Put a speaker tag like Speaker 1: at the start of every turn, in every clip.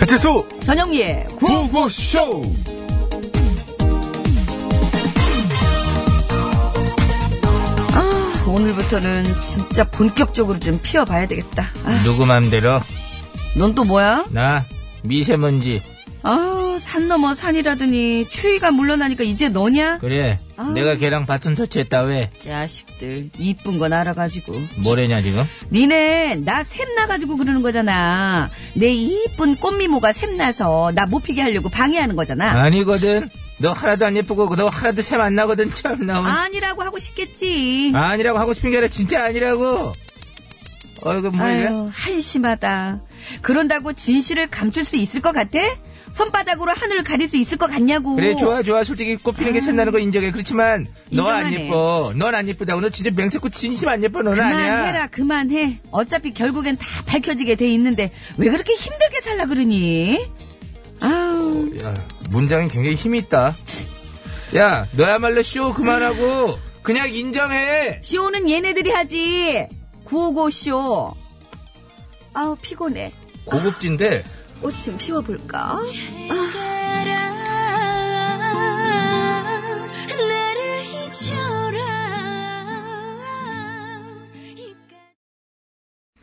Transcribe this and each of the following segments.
Speaker 1: 배칠수
Speaker 2: 전영미의
Speaker 1: 구구쇼
Speaker 2: 아, 오늘부터는 진짜 본격적으로 좀 피워봐야 되겠다. 아,
Speaker 3: 누구 맘대로
Speaker 2: 넌 또 뭐야?
Speaker 3: 나 미세먼지
Speaker 2: 아, 산 넘어 산이라더니 추위가 물러나니까 이제 너냐?
Speaker 3: 그래
Speaker 2: 아.
Speaker 3: 내가 걔랑 바튼 터치했다 왜
Speaker 2: 자식들 이쁜 건 알아가지고
Speaker 3: 뭐래냐 지금
Speaker 2: 니네 나 샘나가지고 그러는 거잖아 내 이쁜 꽃미모가 샘나서 나 못 피게 하려고 방해하는 거잖아
Speaker 3: 아니거든 너 하나도 안 예쁘고 너 하나도 셈 안 나거든 참 나온
Speaker 2: 아니라고 하고 싶겠지
Speaker 3: 아니라고 하고 싶은 게 아니라 진짜 아니라고 어이구 뭐야
Speaker 2: 아유 한심하다 그런다고 진실을 감출 수 있을 것 같아? 손바닥으로 하늘을 가릴 수 있을 것 같냐고
Speaker 3: 그래 좋아 좋아 솔직히 꽃피는 게 샘나는 거 인정해 그렇지만 너 안
Speaker 2: 인정하네.
Speaker 3: 예뻐 넌 안 예쁘다고 너 진짜 맹세코 진심 안 예뻐 너는 아니야
Speaker 2: 그만해라 그만해 어차피 결국엔 다 밝혀지게 돼 있는데 왜 그렇게 힘들게 살라 그러니 아우
Speaker 3: 야, 문장이 굉장히 힘이 있다. 야, 너야말로 쇼 그만하고 그냥 인정해.
Speaker 2: 쇼는 얘네들이 하지. 구호고쇼. 아우, 피곤해.
Speaker 3: 고급진데
Speaker 2: 옷 좀 피워볼까? 아.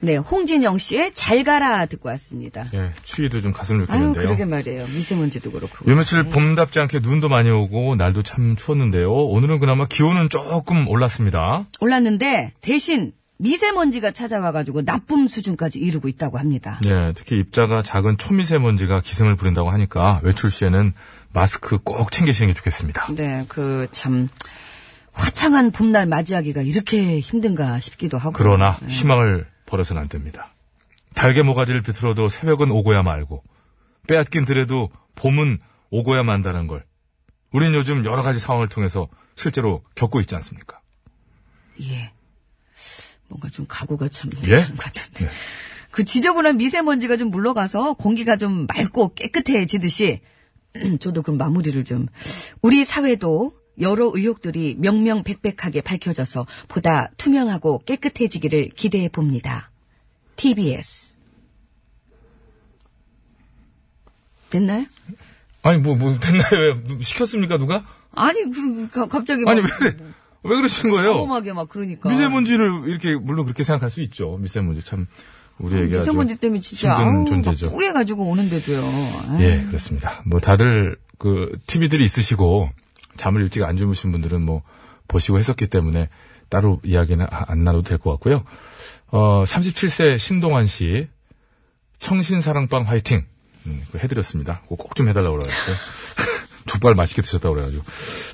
Speaker 2: 네, 홍진영 씨의 잘 가라 듣고 왔습니다.
Speaker 1: 예, 추위도 좀 가슴
Speaker 2: 아유,
Speaker 1: 느끼는데요.
Speaker 2: 그러게 말이에요. 미세먼지도 그렇고.
Speaker 1: 요 며칠 봄답지 않게 눈도 많이 오고 날도 참 추웠는데요. 오늘은 그나마 기온은 조금 올랐습니다.
Speaker 2: 올랐는데, 대신 미세먼지가 찾아와가지고 나쁨 수준까지 이루고 있다고 합니다.
Speaker 1: 예, 특히 입자가 작은 초미세먼지가 기승을 부린다고 하니까 외출 시에는 마스크 꼭 챙기시는 게 좋겠습니다.
Speaker 2: 네, 그, 참, 화창한 봄날 맞이하기가 이렇게 힘든가 싶기도 하고.
Speaker 1: 그러나 희망을 버려서는 안 됩니다. 달개 모가지를 비틀어도 새벽은 오고야 말고 빼앗긴 들에도 봄은 오고야 만다는 걸 우린 요즘 여러 가지 상황을 통해서 실제로 겪고 있지 않습니까?
Speaker 2: 예. 뭔가 좀 각오가 참
Speaker 1: 예?
Speaker 2: 되는 것 같은데.
Speaker 1: 네.
Speaker 2: 그 지저분한 미세먼지가 좀 물러가서 공기가 좀 맑고 깨끗해지듯이 저도 그 마무리를 좀 우리 사회도 여러 의혹들이 명명백백하게 밝혀져서 보다 투명하고 깨끗해지기를 기대해 봅니다. TBS 됐나요?
Speaker 1: 아니 뭐 뭐 됐나요? 왜 시켰습니까 누가?
Speaker 2: 아니 그 가- 갑자기 막
Speaker 1: 아니 왜 그래? 왜 그러시는 거예요?
Speaker 2: 험하게 막 그러니까
Speaker 1: 미세먼지를 이렇게 물론 그렇게 생각할 수 있죠. 미세먼지 참 우리에게 아주
Speaker 2: 미세먼지 때문에 진짜
Speaker 1: 힘든
Speaker 2: 아우,
Speaker 1: 존재죠.
Speaker 2: 막 뿌얘가지고 오는데도요. 아유.
Speaker 1: 예, 그렇습니다. 뭐 다들 그 TV들이 있으시고 잠을 일찍 안 주무신 분들은 뭐 보시고 했었기 때문에 따로 이야기는 아- 안 나눠도 될 것 같고요. 어, 37세 신동환 씨 청신 사랑방 화이팅 음, 그거 해드렸습니다. 꼭 좀 해달라고 그래가지고 족발 맛있게 드셨다고 그래가지고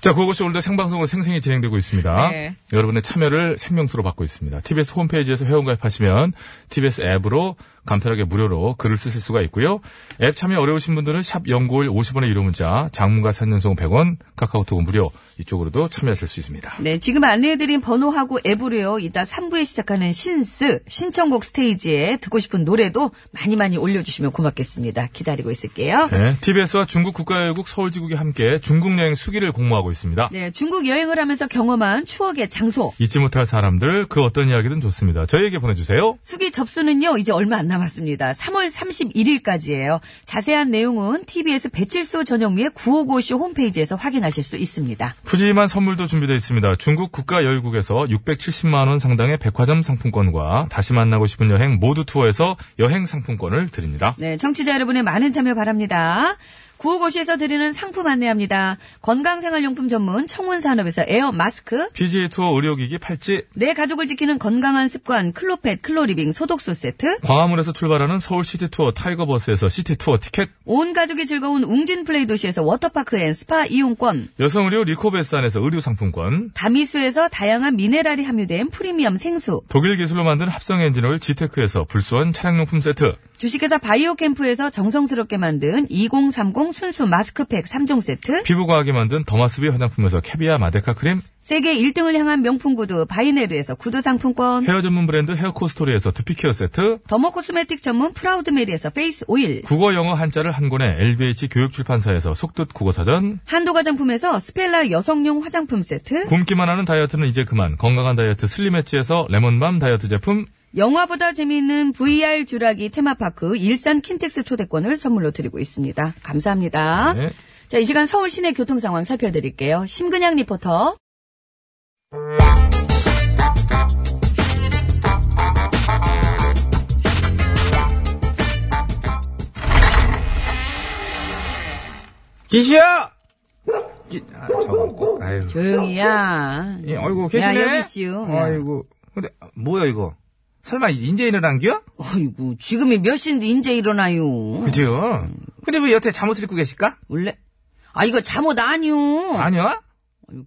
Speaker 1: 자 그것이 오늘도 생방송으로 생생히 진행되고 있습니다.
Speaker 2: 네.
Speaker 1: 여러분의 참여를 생명수로 받고 있습니다. TBS 홈페이지에서 회원가입하시면 TBS 앱으로 간편하게 무료로 글을 쓰실 수가 있고요. 앱 참여 어려우신 분들은 샵 연구일 50원의 유료 문자, 장문과 3년송 100원, 카카오톡은 무료 이쪽으로도 참여하실 수 있습니다.
Speaker 2: 네, 지금 안내해드린 번호하고 앱으로요, 이따 3부에 시작하는 신스, 신청곡 스테이지에 듣고 싶은 노래도 많이 많이 올려주시면 고맙겠습니다. 기다리고 있을게요.
Speaker 1: 네, TBS와 중국 국가여국 서울지국이 함께 중국 여행 수기를 공모하고 있습니다.
Speaker 2: 네, 중국 여행을 하면서 경험한 추억의 장소.
Speaker 1: 잊지 못할 사람들 그 어떤 이야기든 좋습니다. 저희에게 보내주세요.
Speaker 2: 수기 접수는요, 이제 얼마 안 남았습니다. 3월 31일까지예요. 자세한 내용은 TBS 배칠소 전영미의 955쇼 홈페이지에서 확인하실 수 있습니다.
Speaker 1: 푸짐한 선물도 준비되어 있습니다. 중국 국가 여유국에서 670만원 상당의 백화점 상품권과 다시 만나고 싶은 여행 모두 투어에서 여행 상품권을 드립니다.
Speaker 2: 네, 청취자 여러분의 많은 참여 바랍니다. 구호고시에서 드리는 상품 안내합니다. 건강생활용품 전문 청운산업에서 에어 마스크,
Speaker 1: PGA 투어 의료기기 팔찌,
Speaker 2: 내 가족을 지키는 건강한 습관 클로펫 클로리빙 소독소 세트,
Speaker 1: 광화문에서 출발하는 서울 시티 투어 타이거버스에서 시티 투어 티켓,
Speaker 2: 온 가족이 즐거운 웅진 플레이 도시에서 워터파크 앤 스파 이용권,
Speaker 1: 여성 의료 리코베스안에서 의류 상품권,
Speaker 2: 다미수에서 다양한 미네랄이 함유된 프리미엄 생수,
Speaker 1: 독일 기술로 만든 합성 엔진 오일 지테크에서 불수원 차량용품 세트,
Speaker 2: 주식회사 바이오캠프에서 정성스럽게 만든 2030 순수 마스크팩 3종 세트,
Speaker 1: 피부과학이 만든 더마스비 화장품에서 캐비아 마데카 크림,
Speaker 2: 세계 1등을 향한 명품 구두 바이네르에서 구두 상품권,
Speaker 1: 헤어 전문 브랜드 헤어코스토리에서 두피케어 세트,
Speaker 2: 더모 코스메틱 전문 프라우드메리에서 페이스 오일,
Speaker 1: 국어 영어 한자를 한 권에 LBH 교육출판사에서 속뜻 국어사전,
Speaker 2: 한도가 장품에서 스펠라 여성용 화장품 세트,
Speaker 1: 굶기만 하는 다이어트는 이제 그만. 건강한 다이어트 슬림엣지에서 레몬밤 다이어트 제품,
Speaker 2: 영화보다 재미있는 VR 주라기 테마파크 일산 킨텍스 초대권을 선물로 드리고 있습니다. 감사합니다.
Speaker 1: 네.
Speaker 2: 자, 이 시간 서울 시내 교통 상황 살펴드릴게요. 심근양 리포터.
Speaker 3: 기시야! 기, 아, 잠깐 꼭, 아유.
Speaker 2: 조용히야. 예.
Speaker 3: 예, 아이고, 계시네?
Speaker 2: 야, 여기 있슈. 야.
Speaker 3: 아이고. 근데, 아, 뭐야, 이거? 설마, 인제 일어난 기야?
Speaker 2: 아이고, 지금이 몇 시인데 이제 일어나요.
Speaker 3: 그죠? 근데 왜 여태 잠옷을 입고 계실까?
Speaker 2: 원래. 아, 이거 잠옷 아니요.
Speaker 3: 아니야?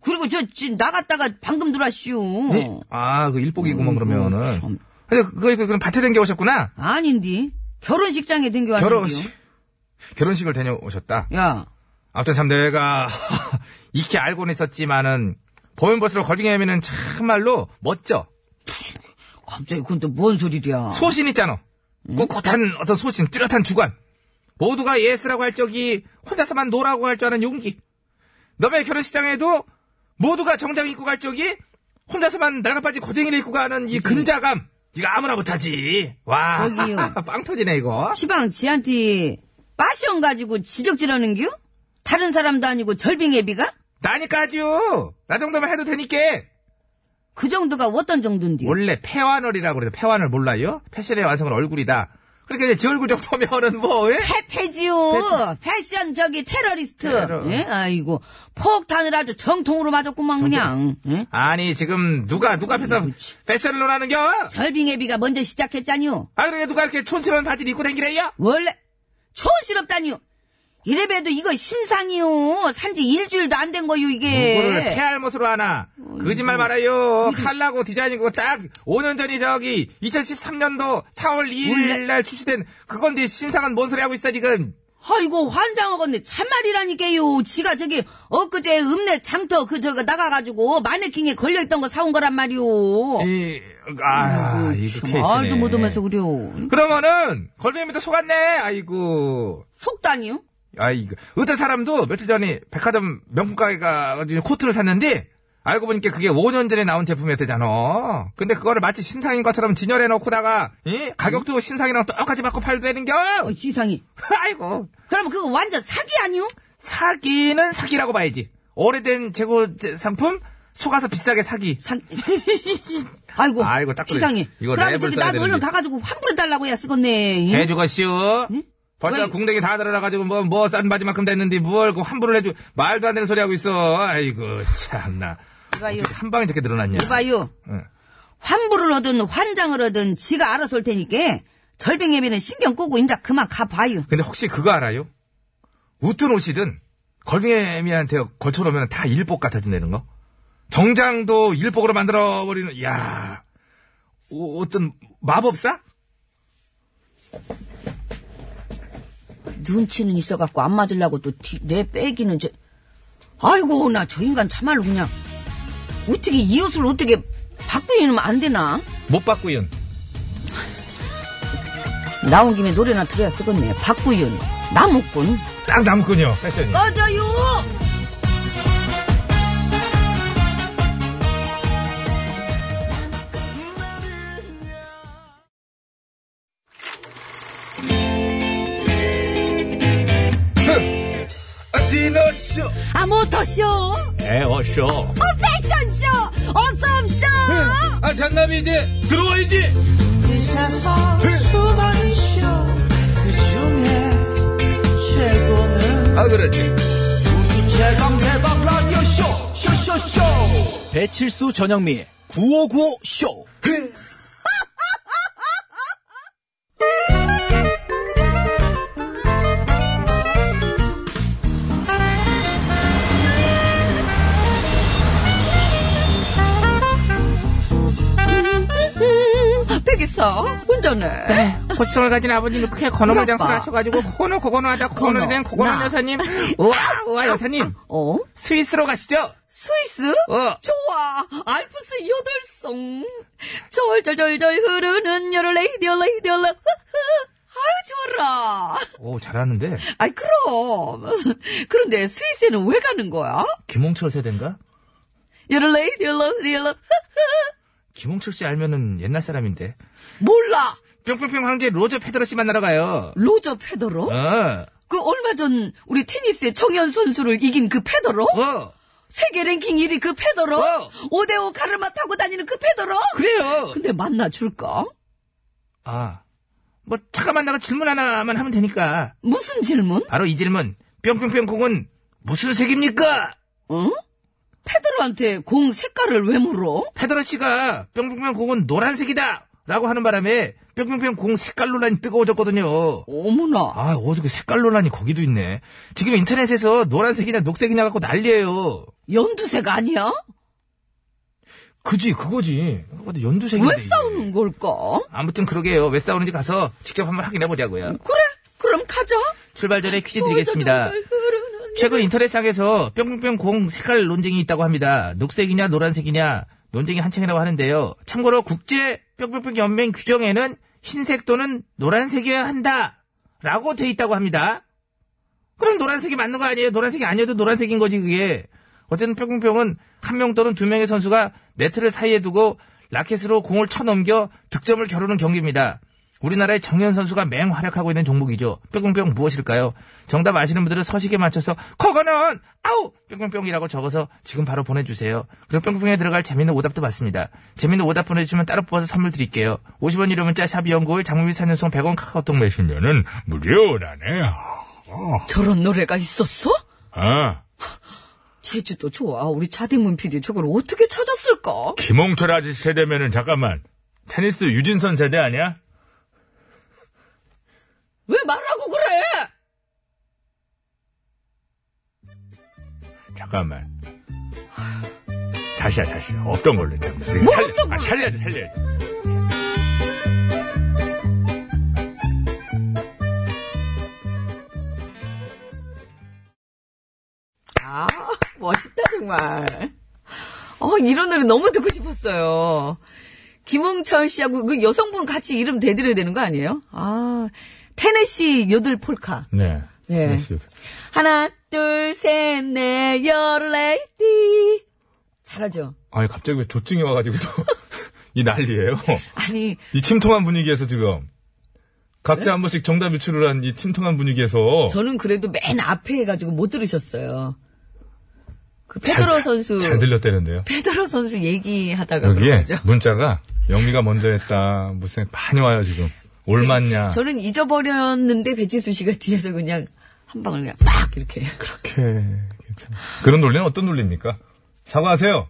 Speaker 2: 그리고 저, 지금 나갔다가 방금 들어왔슈. 어,
Speaker 3: 네? 아, 그 일복이구만, 그러면은.
Speaker 2: 참.
Speaker 3: 근데, 그거, 입고 그럼 밭에 댕겨 오셨구나?
Speaker 2: 아닌디. 결혼식장에 댕겨 왔는디.
Speaker 3: 결혼식, 결혼식을 다녀오셨다.
Speaker 2: 야.
Speaker 3: 아무튼 참 내가, 익히 알고는 있었지만은, 보면버스로 걸빙애미는 참말로 멋져.
Speaker 2: 갑자기 그건 또 뭔 소리야.
Speaker 3: 소신 있잖아. 꿋꿋한 어떤 소신, 뚜렷한 주관. 모두가 예스라고 할 적이 혼자서만 노라고 할 줄 아는 용기. 너의 결혼식장에도 모두가 정장 입고 갈 적이 혼자서만 날가빠지 고쟁이를 입고 가는 이 근자감. 이거 아무나 못하지. 와.
Speaker 2: 거기요.
Speaker 3: 빵 터지네, 이거.
Speaker 2: 시방 지한테 빠시온 가지고 지적질하는 겨? 다른 사람도 아니고 절빙애비가?
Speaker 3: 나니까지요. 나 정도면 해도 되니까.
Speaker 2: 그 정도가 어떤 정도인데?
Speaker 3: 원래 폐완얼이라고 그래서 폐완을 몰라요? 패션의 완성은 얼굴이다. 그러니까 이제 지 얼굴 정도면은 뭐, 예?
Speaker 2: 패태지요. 패션 저기 테러리스트.
Speaker 3: 테러.
Speaker 2: 예? 아이고 폭탄을 아주 정통으로 맞았구만 그냥. 예?
Speaker 3: 아니, 지금 누가, 누가 패션, 패션을 논하는 겨?
Speaker 2: 절빙애비가 먼저 시작했잖요.
Speaker 3: 아, 그러게 누가 이렇게 촌스러운 바지를 입고 다니래요?
Speaker 2: 원래 촌스럽다니요. 이래봬도 이거 신상이요. 산지 일주일도 안 된 거요 이게.
Speaker 3: 이거를 폐할못으로 하나.
Speaker 2: 음.
Speaker 3: 거짓말 말아요. 칼라고 디자인이고 딱 5년 전이 저기 2013년도 4월 2일 날 출시된 그건데 신상은 뭔 소리 하고 있어 지금.
Speaker 2: 아이고 환장하겠네 참말이라니까요 지가 저기 엊그제 읍내 장터 그 저거 나가가지고 마네킹에 걸려있던 거 사온 거란 말이오
Speaker 3: 이, 아, 이거
Speaker 2: 어. 참,
Speaker 3: 케이스네.
Speaker 2: 말도 못하면서 그려
Speaker 3: 그러면은 걸림에도 속았네. 아이고.
Speaker 2: 속단이요?
Speaker 3: 아이고. 어떤 사람도 며칠 전에 백화점 명품 가게 가가지고 코트를 샀는데 알고 보니까 그게 5년 전에 나온 제품이었대잖아. 근데 그거를 마치 신상인 것처럼 진열해 놓고다가 이? 가격도 신상이랑 똑같이 받고 팔더라는겨.
Speaker 2: 어, 지상이
Speaker 3: 아이고.
Speaker 2: 그럼 그거 완전 사기 아니요?
Speaker 3: 사기는 사기라고 봐야지. 오래된 재고 제- 상품 속아서 비싸게 사기.
Speaker 2: 사... 아이고
Speaker 3: 아이고, 딱 그래.
Speaker 2: 지상이
Speaker 3: 이거
Speaker 2: 그럼
Speaker 3: 랩을
Speaker 2: 저기
Speaker 3: 써야
Speaker 2: 나도 얼른
Speaker 3: 되는데.
Speaker 2: 가가지고 환불해달라고 해야 쓰겠네
Speaker 3: 해주거쇼 벌써
Speaker 2: 왜?
Speaker 3: 궁뎅이 다 들어가가지고 뭐 뭐 싼 바지만큼 됐는데 뭘 그 환불을 해주 말도 안 되는 소리 하고 있어. 아이고 참나.
Speaker 2: 이봐요
Speaker 3: 어떻게 한 방에 저렇게 늘어났냐.
Speaker 2: 이봐요
Speaker 3: 응.
Speaker 2: 환불을 얻은 환장을 얻은 지가 알아서 올 테니까 절빙예비는 신경 끄고 인자 그만 가봐요
Speaker 3: 근데 혹시 그거 알아요? 웃든 옷이든 걸빙애미한테 걸쳐놓으면 다 일복 같아진다는 거. 정장도 일복으로 만들어 버리는. 야, 오, 어떤 마법사?
Speaker 2: 눈치는 있어갖고 안 맞으려고 또 내 빼기는 저 아이고 나 저 인간 참말로 그냥 어떻게 이 옷을 어떻게 바꾸면 안 되나
Speaker 3: 못 바꾸윤.
Speaker 2: 나온 김에 노래나 들어야 쓰겠네 박구윤 나무꾼
Speaker 3: 딱 남군요. 패션이.
Speaker 2: 어? 꺼져요
Speaker 3: 디너쇼
Speaker 2: 아 모터쇼
Speaker 1: 에어쇼.
Speaker 2: 패션쇼 어썸쇼
Speaker 3: 아 장남이 이제 들어와야지
Speaker 4: 이 세상 수많은 쇼그 중에 최고는
Speaker 3: 아 그렇지
Speaker 4: 우주 최강 대박 라디오 쇼 쇼쇼쇼
Speaker 5: 배칠수 전영미 9595 쇼.
Speaker 2: 백이사 운전해
Speaker 3: 고추성을 가진 아버님이 크게 건어물
Speaker 2: 그럴까?
Speaker 3: 장사를 하셔가지고 코너 고건어 하다
Speaker 2: 고노,
Speaker 3: 고건어에 대한 고건어
Speaker 2: 나.
Speaker 3: 여사님 우와 우와 여사님
Speaker 2: 어?
Speaker 3: 스위스로 가시죠
Speaker 2: 스위스?
Speaker 3: 어.
Speaker 2: 좋아. 알프스 여덟송. 절절절절 흐르는 여러 레이디어 레이디어 라. 아유 좋아라.
Speaker 3: 오 잘하는데
Speaker 2: 아이 그럼. 그런데 스위스에는 왜 가는 거야?
Speaker 3: 김홍철 세대인가?
Speaker 2: 여러 레이디어 레이디어 라.
Speaker 3: 김홍철 씨 알면은 옛날 사람인데.
Speaker 2: 몰라!
Speaker 3: 뿅뿅뿅 황제 로저 페더러 씨 만나러 가요.
Speaker 2: 로저 페더러?
Speaker 3: 어,
Speaker 2: 그 얼마 전 우리 테니스의 정현 선수를 이긴 그 페더러?
Speaker 3: 어,
Speaker 2: 세계 랭킹 1위 그 페더러?
Speaker 3: 어.
Speaker 2: 5대5 가르마 타고 다니는 그 페더러?
Speaker 3: 그래요.
Speaker 2: 근데 만나줄까?
Speaker 3: 아, 뭐 잠깐 만나가 질문 하나만 하면 되니까.
Speaker 2: 무슨 질문?
Speaker 3: 바로 이 질문. 뿅뿅뿅 공은 무슨 색입니까?
Speaker 2: 응? 페더러한테 공 색깔을 왜 물어?
Speaker 3: 페더러 씨가 뿅뿅뿅 공은 노란색이다! 라고 하는 바람에 뿅뿅뿅 공 색깔 논란이 뜨거워졌거든요.
Speaker 2: 어머나.
Speaker 3: 아, 어떻게 색깔 논란이 거기도 있네. 지금 인터넷에서 노란색이냐 녹색이냐 갖고 난리예요.
Speaker 2: 연두색 아니야?
Speaker 3: 그지, 그거지. 근데 연두색인데.
Speaker 2: 왜 싸우는 걸까?
Speaker 3: 아무튼 그러게요. 왜 싸우는지 가서 직접 한번 확인해보자고요.
Speaker 2: 그래, 그럼 가자.
Speaker 3: 출발 전에 퀴즈 드리겠습니다. 최근 인터넷상에서 뿅뿅뿅 공 색깔 논쟁이 있다고 합니다. 녹색이냐 노란색이냐 논쟁이 한창이라고 하는데요. 참고로 국제 뿅뿅뿅 연맹 규정에는 흰색 또는 노란색이어야 한다라고 돼 있다고 합니다. 그럼 노란색이 맞는 거 아니에요? 노란색이 아니어도 노란색인 거지 그게. 어쨌든 뿅뿅뿅은 한 명 또는 두 명의 선수가 네트를 사이에 두고 라켓으로 공을 쳐넘겨 득점을 겨루는 경기입니다. 우리나라의 정현 선수가 맹활약하고 있는 종목이죠. 뿅뿅뿅 무엇일까요? 정답 아시는 분들은 서식에 맞춰서 그거는 아우 뿅뿅뿅이라고 적어서 지금 바로 보내주세요. 그럼 뿅뿅뿅에 들어갈 재밌는 오답도 받습니다. 재밌는 오답 보내주시면 따로 뽑아서 선물 드릴게요. 50원 이름문자 샵이 연구일 장미비 사년송 100원 카카오톡 메시
Speaker 1: 보시면은 무료라네요.
Speaker 2: 저런 노래가 있었어?
Speaker 1: 아,
Speaker 2: 제주도 좋아. 우리 차대문 PD 저걸 어떻게 찾았을까?
Speaker 1: 김홍철 아저씨 세대면은 잠깐만 테니스 유진선 세대 아니야?
Speaker 2: 왜 말하고 그래?
Speaker 1: 잠깐만. 다시야, 다시. 없던 걸로 했잖아.
Speaker 2: 없던
Speaker 1: 아, 살려야지, 살려야지.
Speaker 2: 아, 멋있다, 정말. 어, 이런 노래 너무 듣고 싶었어요. 김홍철 씨하고 그 여성분 같이 이름 대드려야 되는 거 아니에요? 아, 테네시 요들 폴카.
Speaker 1: 네.
Speaker 2: 예.
Speaker 1: 테니스 요새.
Speaker 2: 하나, 둘, 셋, 넷, 열, 레이디. 잘하죠?
Speaker 1: 아니, 갑자기 왜 조증이 와가지고 또, 이 난리예요
Speaker 2: 아니,
Speaker 1: 이 침통한 분위기에서 지금. 각자 한 번씩 정답 유출을 한 이 침통한 분위기에서.
Speaker 2: 저는 그래도 맨 앞에 해가지고 못 들으셨어요. 그 페드로
Speaker 1: 잘-
Speaker 2: 선수.
Speaker 1: 잘 들렸다는데요.
Speaker 2: 페드로 선수 얘기하다가
Speaker 1: 여기에
Speaker 2: 아, 그러죠.
Speaker 1: 문자가 영미가 먼저 했다. 무슨 많이 와요, 지금. 올맞냐.
Speaker 2: 네, 저는 잊어버렸는데 배지수 씨가 뒤에서 그냥 한 방울 그냥 빡 이렇게.
Speaker 1: 그렇게. 괜찮아. 그런 논리는 어떤 논리입니까? 사과하세요.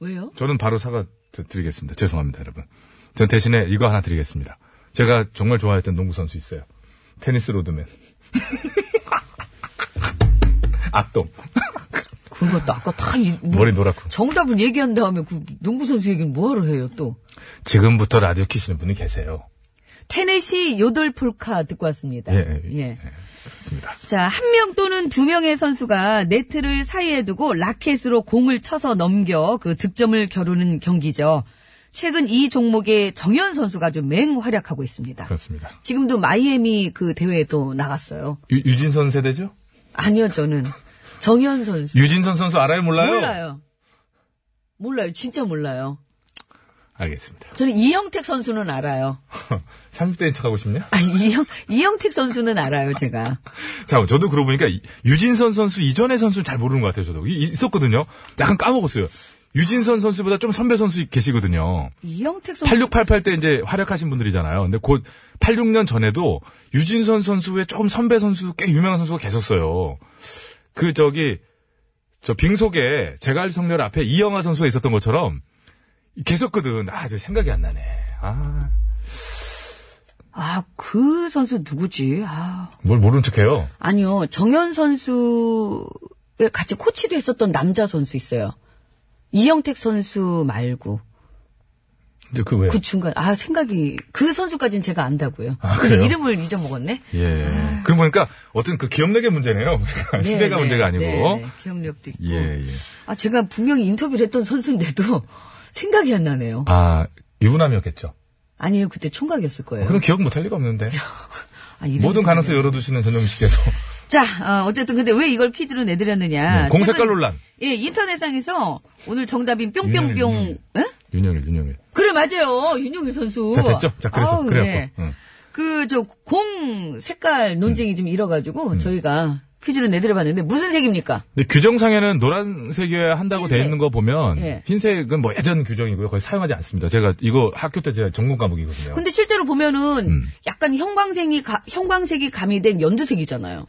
Speaker 2: 왜요?
Speaker 1: 저는 바로 사과 드- 드리겠습니다. 죄송합니다, 여러분. 전 대신에 이거 하나 드리겠습니다. 제가 정말 좋아했던 농구 선수 있어요. 테니스 로드맨. 악동.
Speaker 2: 그것도 아까 다 이- 뭐-
Speaker 1: 머리 노랗고.
Speaker 2: 정답을 얘기한 다음에 그 농구 선수 얘기는 뭐하러 해요 또?
Speaker 1: 지금부터 라디오 키시는 분이 계세요.
Speaker 2: 테네시 요돌 폴카 듣고 왔습니다.
Speaker 1: 예, 예,
Speaker 2: 예.
Speaker 1: 그렇습니다.
Speaker 2: 자, 한 명 또는 두 명의 선수가 네트를 사이에 두고 라켓으로 공을 쳐서 넘겨 그 득점을 겨루는 경기죠. 최근 이 종목에 정현 선수가 좀 맹활약하고 있습니다.
Speaker 1: 그렇습니다.
Speaker 2: 지금도 마이애미 그 대회에 또 나갔어요.
Speaker 1: 유, 유진선 세대죠?
Speaker 2: 아니요, 저는 정현 선수.
Speaker 1: 유진선 선수 알아요, 몰라요?
Speaker 2: 몰라요. 몰라요. 진짜 몰라요.
Speaker 1: 알겠습니다.
Speaker 2: 저는 이영택 선수는 알아요.
Speaker 1: 30대인 척 하고 싶냐?
Speaker 2: 아, 이영, 이영택 선수는 알아요, 제가.
Speaker 1: 자, 저도 그러고 보니까 이- 유진선 선수 이전의 선수는 잘 모르는 것 같아요, 저도. 이- 있었거든요. 약간 까먹었어요. 유진선 선수보다 좀 선배 선수 계시거든요.
Speaker 2: 이영택 선수.
Speaker 1: 8688 때 이제 활약하신 분들이잖아요. 근데 곧 86년 전에도 유진선 선수의 조금 선배 선수 꽤 유명한 선수가 계셨어요. 그 저기 저 빙속에 제갈 성렬 앞에 이영하 선수가 있었던 것처럼 계셨거든. 아, 저 생각이 안 나네. 아,
Speaker 2: 아, 그 선수 누구지? 아.
Speaker 1: 뭘 모른 척해요.
Speaker 2: 아니요. 정현 선수에 같이 코치도 했었던 남자 선수 있어요. 이영택 선수 말고.
Speaker 1: 근데 그 왜?
Speaker 2: 그 중간, 아, 생각이, 그 선수까지는 제가 안다고요.
Speaker 1: 아,
Speaker 2: 근데
Speaker 1: 그래요?
Speaker 2: 이름을 잊어먹었네?
Speaker 1: 예. 그 보니까 어떤 그 기억력의 문제네요. 그러니까 시대가
Speaker 2: 아. 네,
Speaker 1: 문제가 아니고.
Speaker 2: 네, 네, 기억력도 있고.
Speaker 1: 예, 예.
Speaker 2: 아, 제가 분명히 인터뷰를 했던 선수인데도 생각이 안 나네요.
Speaker 1: 아, 유부남이었겠죠.
Speaker 2: 아니에요. 그때 총각이었을 거예요.
Speaker 1: 그럼 기억 못할 리가 없는데.
Speaker 2: 아, 이름이
Speaker 1: 모든
Speaker 2: 생각이
Speaker 1: 가능성
Speaker 2: 안 나요.
Speaker 1: 열어두시는 전영미 씨께서.
Speaker 2: 자, 어, 쨌든 근데 왜 이걸 퀴즈로 내드렸느냐.
Speaker 1: 네, 공색깔
Speaker 2: 아, 최근-
Speaker 1: 논란.
Speaker 2: 예, 인터넷상에서 오늘 정답인
Speaker 1: 윤현일,
Speaker 2: 뿅뿅뿅,
Speaker 1: 윤현일.
Speaker 2: 예?
Speaker 1: 윤영일, 윤영일.
Speaker 2: 그래 맞아요 윤용일 선수.
Speaker 1: 자, 됐죠? 자, 그래서,
Speaker 2: 아우,
Speaker 1: 그래갖고.
Speaker 2: 예.
Speaker 1: 응.
Speaker 2: 그 저 공 색깔 논쟁이 좀 일어가지고 저희가 퀴즈를 내드려봤는데 무슨 색입니까?
Speaker 1: 근데 규정상에는 노란색이어야 한다고 돼
Speaker 2: 흰색.
Speaker 1: 있는 거 보면
Speaker 2: 예.
Speaker 1: 흰색은 뭐 예전 규정이고요. 거의 사용하지 않습니다. 제가 이거 학교 때 제가 전공 과목이거든요.
Speaker 2: 근데 실제로 보면은 약간 형광색이 가- 형광색이 가미된 연두색이잖아요.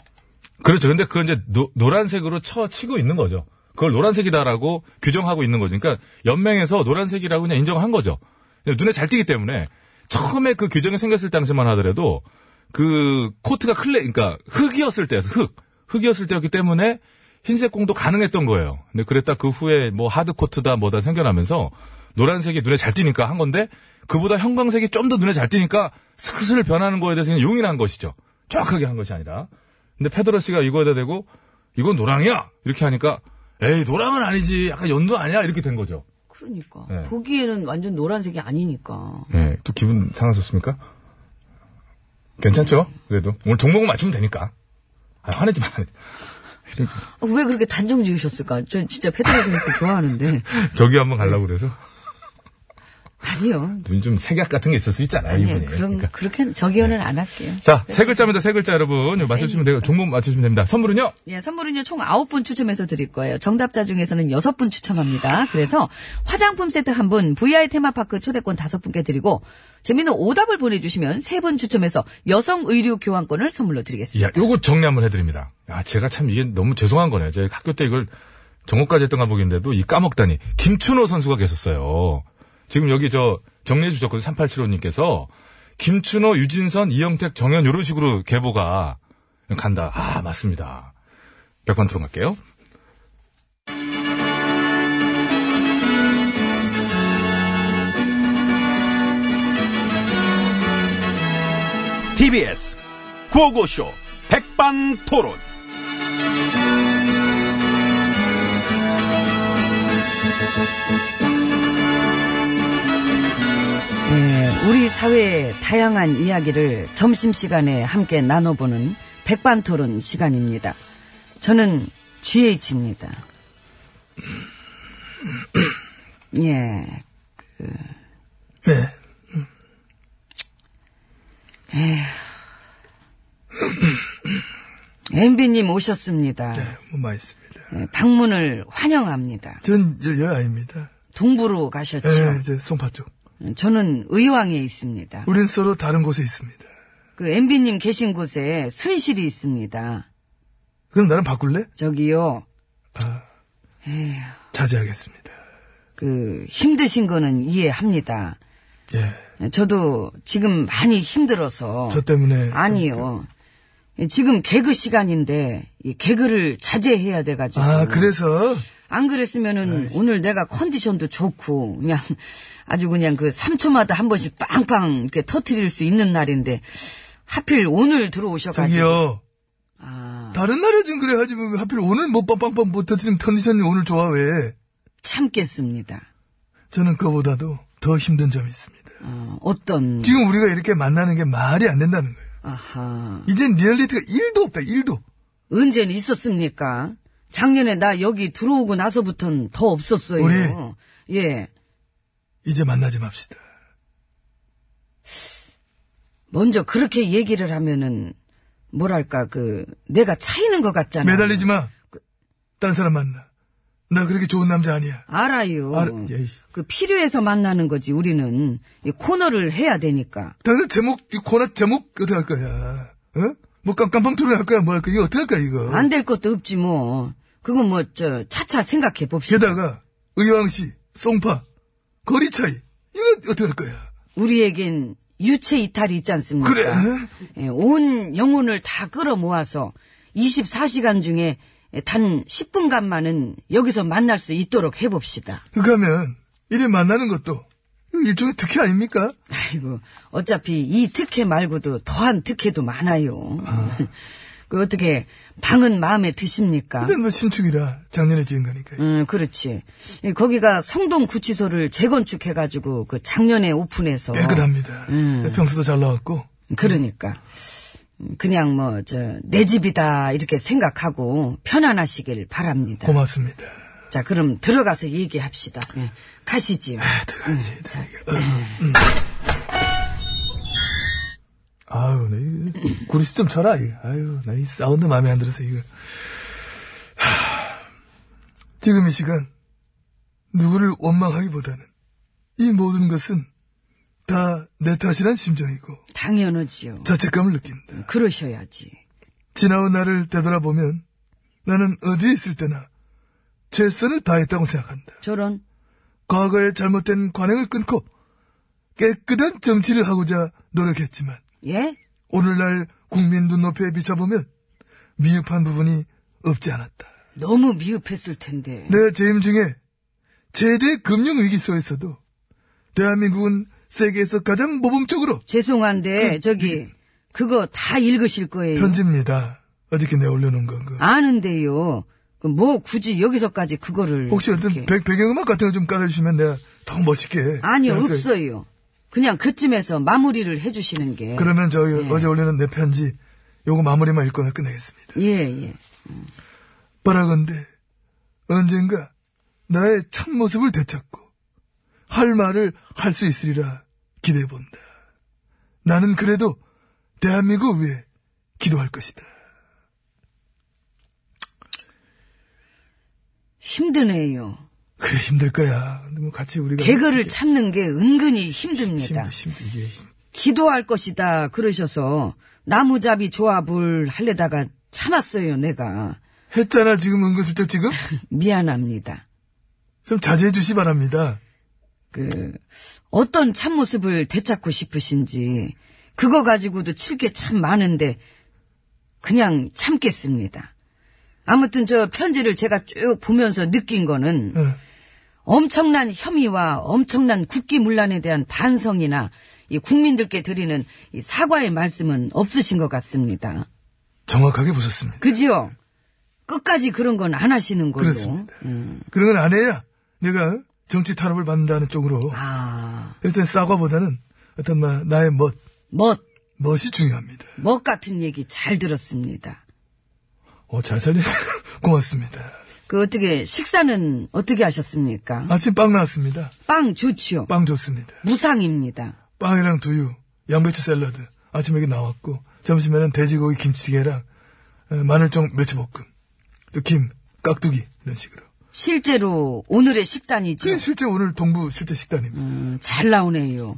Speaker 1: 그렇죠. 근데 그건 이제 노, 노란색으로 쳐 치고 있는 거죠. 그걸 노란색이다라고 규정하고 있는 거죠. 그러니까 연맹에서 노란색이라고 그냥 인정한 거죠. 눈에 잘 띄기 때문에 처음에 그 규정이 생겼을 당시만 하더라도 그 코트가 클레, 그러니까 흙이었을 때였어. 흙. 흙이었을 때였기 때문에 흰색 공도 가능했던 거예요. 근데 그랬다 그 후에 뭐 하드 코트다 뭐다 생겨나면서 노란색이 눈에 잘 띄니까 한 건데 그보다 형광색이 좀 더 눈에 잘 띄니까 슬슬 변하는 거에 대해서 그냥 용인한 것이죠. 정확하게 한 것이 아니라. 근데 페드러 씨가 이거에다 대고 이건 노랑이야 이렇게 하니까 에이 노랑은 아니지 약간 연두 아니야 이렇게 된 거죠.
Speaker 2: 그러니까
Speaker 1: 네.
Speaker 2: 보기에는 완전 노란색이 아니니까.
Speaker 1: 예, 또 기분 상하셨습니까? 괜찮죠? 그래도 오늘 종목 맞추면 되니까. 아, 화내지 마.
Speaker 2: 아, 왜 그렇게 단정 지으셨을까? 전 진짜 페드로 선수 좋아하는데
Speaker 1: 저기 한번 가려고 그래서
Speaker 2: 아니요.
Speaker 1: 눈 좀 색약 같은 게 있을 수 있잖아요,
Speaker 2: 아니요.
Speaker 1: 이분이.
Speaker 2: 그런
Speaker 1: 그러니까.
Speaker 2: 그렇게 저기요는 안 할게요.
Speaker 1: 자, 세 글자입니다, 세 글자 여러분. 이거 맞춰주시면
Speaker 2: 네.
Speaker 1: 돼요. 종목 맞춰주시면 됩니다. 선물은요?
Speaker 2: 예, 선물은요, 총 9분 추첨해서 드릴 거예요. 정답자 중에서는 6분 추첨합니다. 그래서 화장품 세트 1분, VI 테마파크 초대권 5분께 드리고, 재미있는 오답을 보내주시면 3분 추첨해서 여성 의류 교환권을 선물로 드리겠습니다.
Speaker 1: 야, 요거 정리 한번 해드립니다. 야, 제가 참 이게 너무 죄송한 거네요. 제가 학교 때 이걸 정오까지 했던 과목인데도 이 까먹다니. 김춘호 선수가 계셨어요. 지금 여기 저 정리해 주셨거든요. 3875님께서. 김춘호, 유진선, 이영택, 정현, 요런 식으로 계보가 간다. 아, 맞습니다. 백반 토론 갈게요.
Speaker 3: TBS 구호고쇼 백반토론.
Speaker 2: 예, 우리 사회의 다양한 이야기를 점심시간에 함께 나눠보는 백반토론 시간입니다. 저는 GH입니다. 예,
Speaker 5: 네,
Speaker 2: MB님 오셨습니다.
Speaker 5: 뭐 맛있습니다.
Speaker 2: 예, 방문을 환영합니다.
Speaker 5: 전 여, 여아입니다.
Speaker 2: 동부로 가셨죠.
Speaker 5: 예, 이제 송파 쪽.
Speaker 2: 저는 의왕에 있습니다.
Speaker 5: 우린 서로 다른 곳에 있습니다.
Speaker 2: 그 MB님 계신 곳에 순실이 있습니다.
Speaker 5: 그럼 나랑 바꿀래?
Speaker 2: 저기요,
Speaker 5: 자제하겠습니다.
Speaker 2: 그 힘드신 거는 이해합니다.
Speaker 5: 예.
Speaker 2: 저도 지금 많이 힘들어서
Speaker 5: 저 때문에.
Speaker 2: 아니요. 지금 개그 시간인데 이 개그를 자제해야 돼 가지고
Speaker 5: 아, 그래서.
Speaker 2: 안 그랬으면은 오늘 내가 컨디션도 좋고 그냥 아주 그냥 그 3초마다 한 번씩 빵빵 이렇게 터트릴 수 있는 날인데 하필 오늘 들어오셔 가지고
Speaker 5: 저기요.
Speaker 2: 아,
Speaker 5: 다른 날에 좀 그래 하지 뭐 하필 오늘 뭐 빵빵빵 못 터뜨리면 컨디션이 오늘 좋아 왜?
Speaker 2: 참겠습니다.
Speaker 5: 저는 그거보다도 더 힘든 점이 있습니다.
Speaker 2: 어, 어떤
Speaker 5: 지금 우리가 이렇게 만나는 게 말이 안 된다는 거예요.
Speaker 2: 아하.
Speaker 5: 이젠 리얼리티가 1도 없다, 1도.
Speaker 2: 언제는 있었습니까? 작년에 나 여기 들어오고 나서부터는 더 없었어요.
Speaker 5: 우리?
Speaker 2: 예.
Speaker 5: 이제 만나지 맙시다.
Speaker 2: 먼저 그렇게 얘기를 하면은 뭐랄까 그 내가 차이는 것 같잖아요. 네.
Speaker 5: 매달리지 마. 딴 사람 만나. 나 그렇게 좋은 남자 아니야.
Speaker 2: 알아요.
Speaker 5: 알아- 예, 이씨.
Speaker 2: 그 필요해서 만나는 거지 우리는 이 코너를 해야 되니까.
Speaker 5: 다들 제목, 이 코너 제목 어떻게 할 거야? 어? 뭐 깜- 깜빵 토론 할 거야? 뭐 할 거야? 이거 어떻게 할 거야, 이거?
Speaker 2: 안 될 것도 없지 뭐. 그건 뭐 저 차차 생각해 봅시다.
Speaker 5: 게다가 의왕시, 송파, 거리 차이. 이거 어떻게 할 거야? 어?
Speaker 2: 우리에겐 유체 이탈이 있지 않습니까?
Speaker 5: 그- 그래.
Speaker 2: 예, 온 영혼을 다 끌어모아서 24시간 중에 단 10분간만은 여기서 만날 수 있도록 해봅시다.
Speaker 5: 그렇게 하면 이래 만나는 것도 이거 일종의 특혜 아닙니까?
Speaker 2: 아이고, 어차피 이 특혜 말고도 더한 특혜도 많아요. 그 어떻게 방은 마음에 드십니까?
Speaker 5: 근데 뭐 신축이라 작년에 지은 거니까.
Speaker 2: 음, 그렇지. 예, 거기가 성동 구치소를 재건축해가지고 그 작년에 오픈해서
Speaker 5: 네, 깨끗합니다.
Speaker 2: 음.
Speaker 5: 평수도 잘 나왔고.
Speaker 2: 그러니까. 음, 그냥 뭐, 저, 내 집이다, 이렇게 생각하고 편안하시길 바랍니다.
Speaker 5: 고맙습니다.
Speaker 2: 자, 그럼 들어가서 얘기합시다. 예, 가시지요.
Speaker 5: 음. 아유, 나 이, 구리스 좀 쳐라, 이거. 아유, 나 이 사운드 마음에 안 들어서, 이거. 하, 지금 이 시간, 누구를 원망하기보다는, 이 모든 것은 다 내 탓이란 심정이고,
Speaker 2: 당연하지요.
Speaker 5: 자책감을 느낀다.
Speaker 2: 그러셔야지.
Speaker 5: 지나온 나를 되돌아보면, 나는 어디에 있을 때나, 최선을 다했다고 생각한다.
Speaker 2: 저런,
Speaker 5: 과거의 잘못된 관행을 끊고, 깨끗한 정치를 하고자 노력했지만,
Speaker 2: 예?
Speaker 5: 오늘날 국민 눈높이에 비춰보면 미흡한 부분이 없지 않았다.
Speaker 2: 너무 미흡했을 텐데.
Speaker 5: 내 재임 중에 최대 금융위기 속에서도 대한민국은 세계에서 가장 모범적으로
Speaker 2: 죄송한데, 저기, 그거 다 읽으실 거예요.
Speaker 5: 그- 네. 편집니다. 어저께 내 올려놓은 건 그.
Speaker 2: 네. 아는데요. 그뭐 굳이 여기서까지 그거를.
Speaker 5: 혹시 어떤
Speaker 2: 이렇게.
Speaker 5: 배, 경음악 같은 거 좀 깔아주시면 내가 더 멋있게.
Speaker 2: 아니요,
Speaker 5: 연습-
Speaker 2: 없어요. 그냥 그쯤에서 마무리를 해주시는 게.
Speaker 5: 그러면 저
Speaker 2: 네.
Speaker 5: 어제 올리는 내 편지 요거 마무리만 읽고 나 끝내겠습니다.
Speaker 2: 예, 예.
Speaker 5: 바라건대 언젠가 나의 참모습을 되찾고 할 말을 할 수 있으리라 기대해본다. 나는 그래도 대한민국 위해 기도할 것이다.
Speaker 2: 힘드네요.
Speaker 5: 그래 힘들 거야. 근데 뭐 같이 우리가
Speaker 2: 개그를 참는 게 은근히 네, 힘듭니다.
Speaker 5: 힘들 힘들 이게
Speaker 2: 기도할 것이다 그러셔서 나무잡이 조합을 할려다가 참았어요 내가
Speaker 5: 했잖아 지금 은근슬쩍 지금
Speaker 2: 미안합니다
Speaker 5: 좀 자제해 주시 바랍니다.
Speaker 2: 그 어떤 참모습을 되찾고 싶으신지 그거 가지고도 칠 게 참 많은데 그냥 참겠습니다 아무튼 저 편지를 제가 쭉 보면서 느낀 거는
Speaker 5: 응.
Speaker 2: 엄청난 혐의와 엄청난 국기문란에 대한 반성이나 이 국민들께 드리는 이 사과의 말씀은 없으신 것 같습니다.
Speaker 5: 정확하게 보셨습니다.
Speaker 2: 그지요? 끝까지 그런 건 안 하시는 걸로.
Speaker 5: 그렇습니다.
Speaker 2: 음.
Speaker 5: 그런 건 안 해야 내가 어? 정치 탄압을 받는다는 쪽으로
Speaker 2: 아,
Speaker 5: 일단 싸과보다는 어떤 막 나의 멋
Speaker 2: 멋,
Speaker 5: 멋이 중요합니다.
Speaker 2: 멋 같은 얘기 잘 들었습니다.
Speaker 5: 어, 잘 살리네. 고맙습니다.
Speaker 2: 그 어떻게 식사는 어떻게 하셨습니까?
Speaker 5: 아침 빵 나왔습니다.
Speaker 2: 빵 좋지요.
Speaker 5: 빵 좋습니다.
Speaker 2: 무상입니다.
Speaker 5: 빵이랑 두유, 양배추 샐러드. 아침에 이게 나왔고, 점심에는 돼지고기 김치찌개랑 에, 마늘종 멸치볶음. 또 김, 깍두기. 이런 식으로.
Speaker 2: 실제로 오늘의
Speaker 5: 그게
Speaker 2: 식단이죠.
Speaker 5: 실제 오늘 동부 실제 식단입니다.
Speaker 2: 네. 음, 잘 나오네요.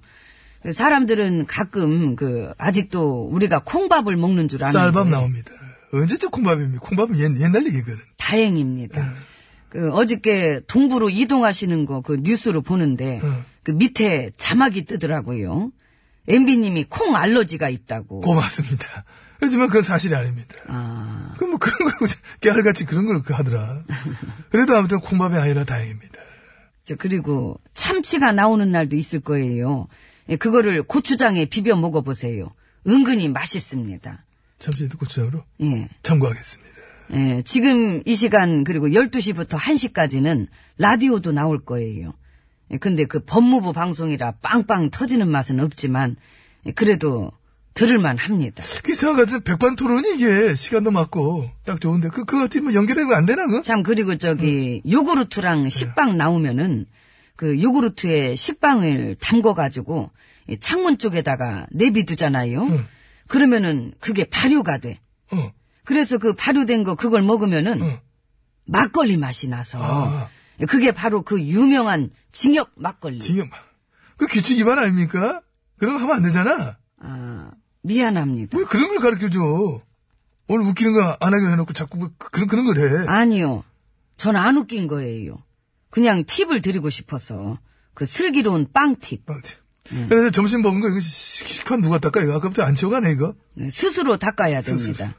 Speaker 2: 사람들은 가끔 그 아직도 우리가 콩밥을 먹는 줄 아는데 그
Speaker 5: 쌀밥 나옵니다. 언제적 콩밥입니까? 콩밥은 옛, 옛날 얘기거든. 예.
Speaker 2: 다행입니다. 그 어저께 동부로 이동하시는 거 그 뉴스로 보는데
Speaker 5: 응.
Speaker 2: 그 밑에 자막이 뜨더라고요. 엠비님이 콩 알러지가 있다고.
Speaker 5: 고맙습니다. 하지만 그건 사실이 아닙니다.
Speaker 2: 아,
Speaker 5: 그, 뭐, 그런 거, 깨알같이 그런 걸 하더라. 그래도 아무튼 콩밥이 아니라 다행입니다.
Speaker 2: 저 그리고 참치가 나오는 날도 있을 거예요. 예, 그거를 고추장에 비벼 먹어보세요. 은근히 맛있습니다.
Speaker 5: 잠시 고추장으로
Speaker 2: 예.
Speaker 5: 참고하겠습니다.
Speaker 2: 예, 지금 이 시간 그리고 12시부터 1시까지는 라디오도 나올 거예요. 예, 근데 그 법무부 방송이라 빵빵 터지는 맛은 없지만 예, 그래도 들을만 합니다.
Speaker 5: 기사 같은 백반 토론이 이게 시간도 맞고 딱 좋은데 그 그거 어떻게 뭐 연결이 안 되나 그?
Speaker 2: 참 그리고 저기 요구르트랑 식빵 나오면은 그 요구르트에 식빵을 담궈 가지고 예, 창문 쪽에다가 내비두잖아요. 그러면은 그게 발효가 돼.
Speaker 5: 어.
Speaker 2: 그래서 그 발효된 거 그걸 먹으면은
Speaker 5: 응.
Speaker 2: 막걸리 맛이 나서
Speaker 5: 아.
Speaker 2: 그게 바로 그 유명한 징역 막걸리.
Speaker 5: 징역 그 규칙 위반 아닙니까? 그런 거 하면 안 되잖아.
Speaker 2: 아 미안합니다.
Speaker 5: 왜 그런 걸 가르쳐 줘? 오늘 웃기는 거 안 하기로 해놓고 자꾸 그- 그런 그런 걸 해.
Speaker 2: 아니요, 전 안 웃긴 거예요. 그냥 팁을 드리고 싶어서 그 슬기로운 빵 팁.
Speaker 5: 아, 참.
Speaker 2: 음.
Speaker 5: 그래서 점심 먹은 거 이거 시- 식판 누가 닦아 이거 아까부터 안 치워가네 이거.
Speaker 2: 네, 스스로 닦아야 됩니다.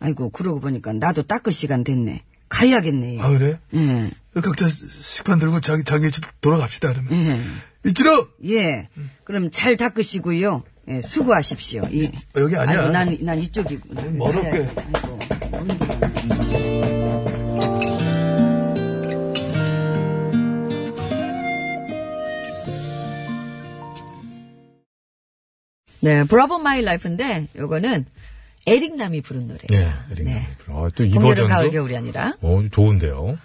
Speaker 2: 아이고 그러고 보니까 나도 닦을 시간 됐네. 가야겠네요.
Speaker 5: 아 그래?
Speaker 2: 예,
Speaker 5: 각자 식판 들고 자기 자기 집 돌아갑시다 그러면.
Speaker 2: 예,
Speaker 5: 이치로
Speaker 2: 예. 그럼 잘 닦으시고요. 예, 수고하십시오. 예. 이,
Speaker 5: 어, 여기 아니야.
Speaker 2: 아이고, 난, 난 이쪽이구나. 네,
Speaker 5: 멀었게.
Speaker 2: 아이고. 네, 브라보 마이 라이프인데 요거는 에릭남이 부른 노래예요.
Speaker 1: 예. 네. 아, 또 이
Speaker 2: 봄, 여름, 가을,
Speaker 1: 버전도
Speaker 2: 겨울이 아니라
Speaker 1: 어, 좋은데요.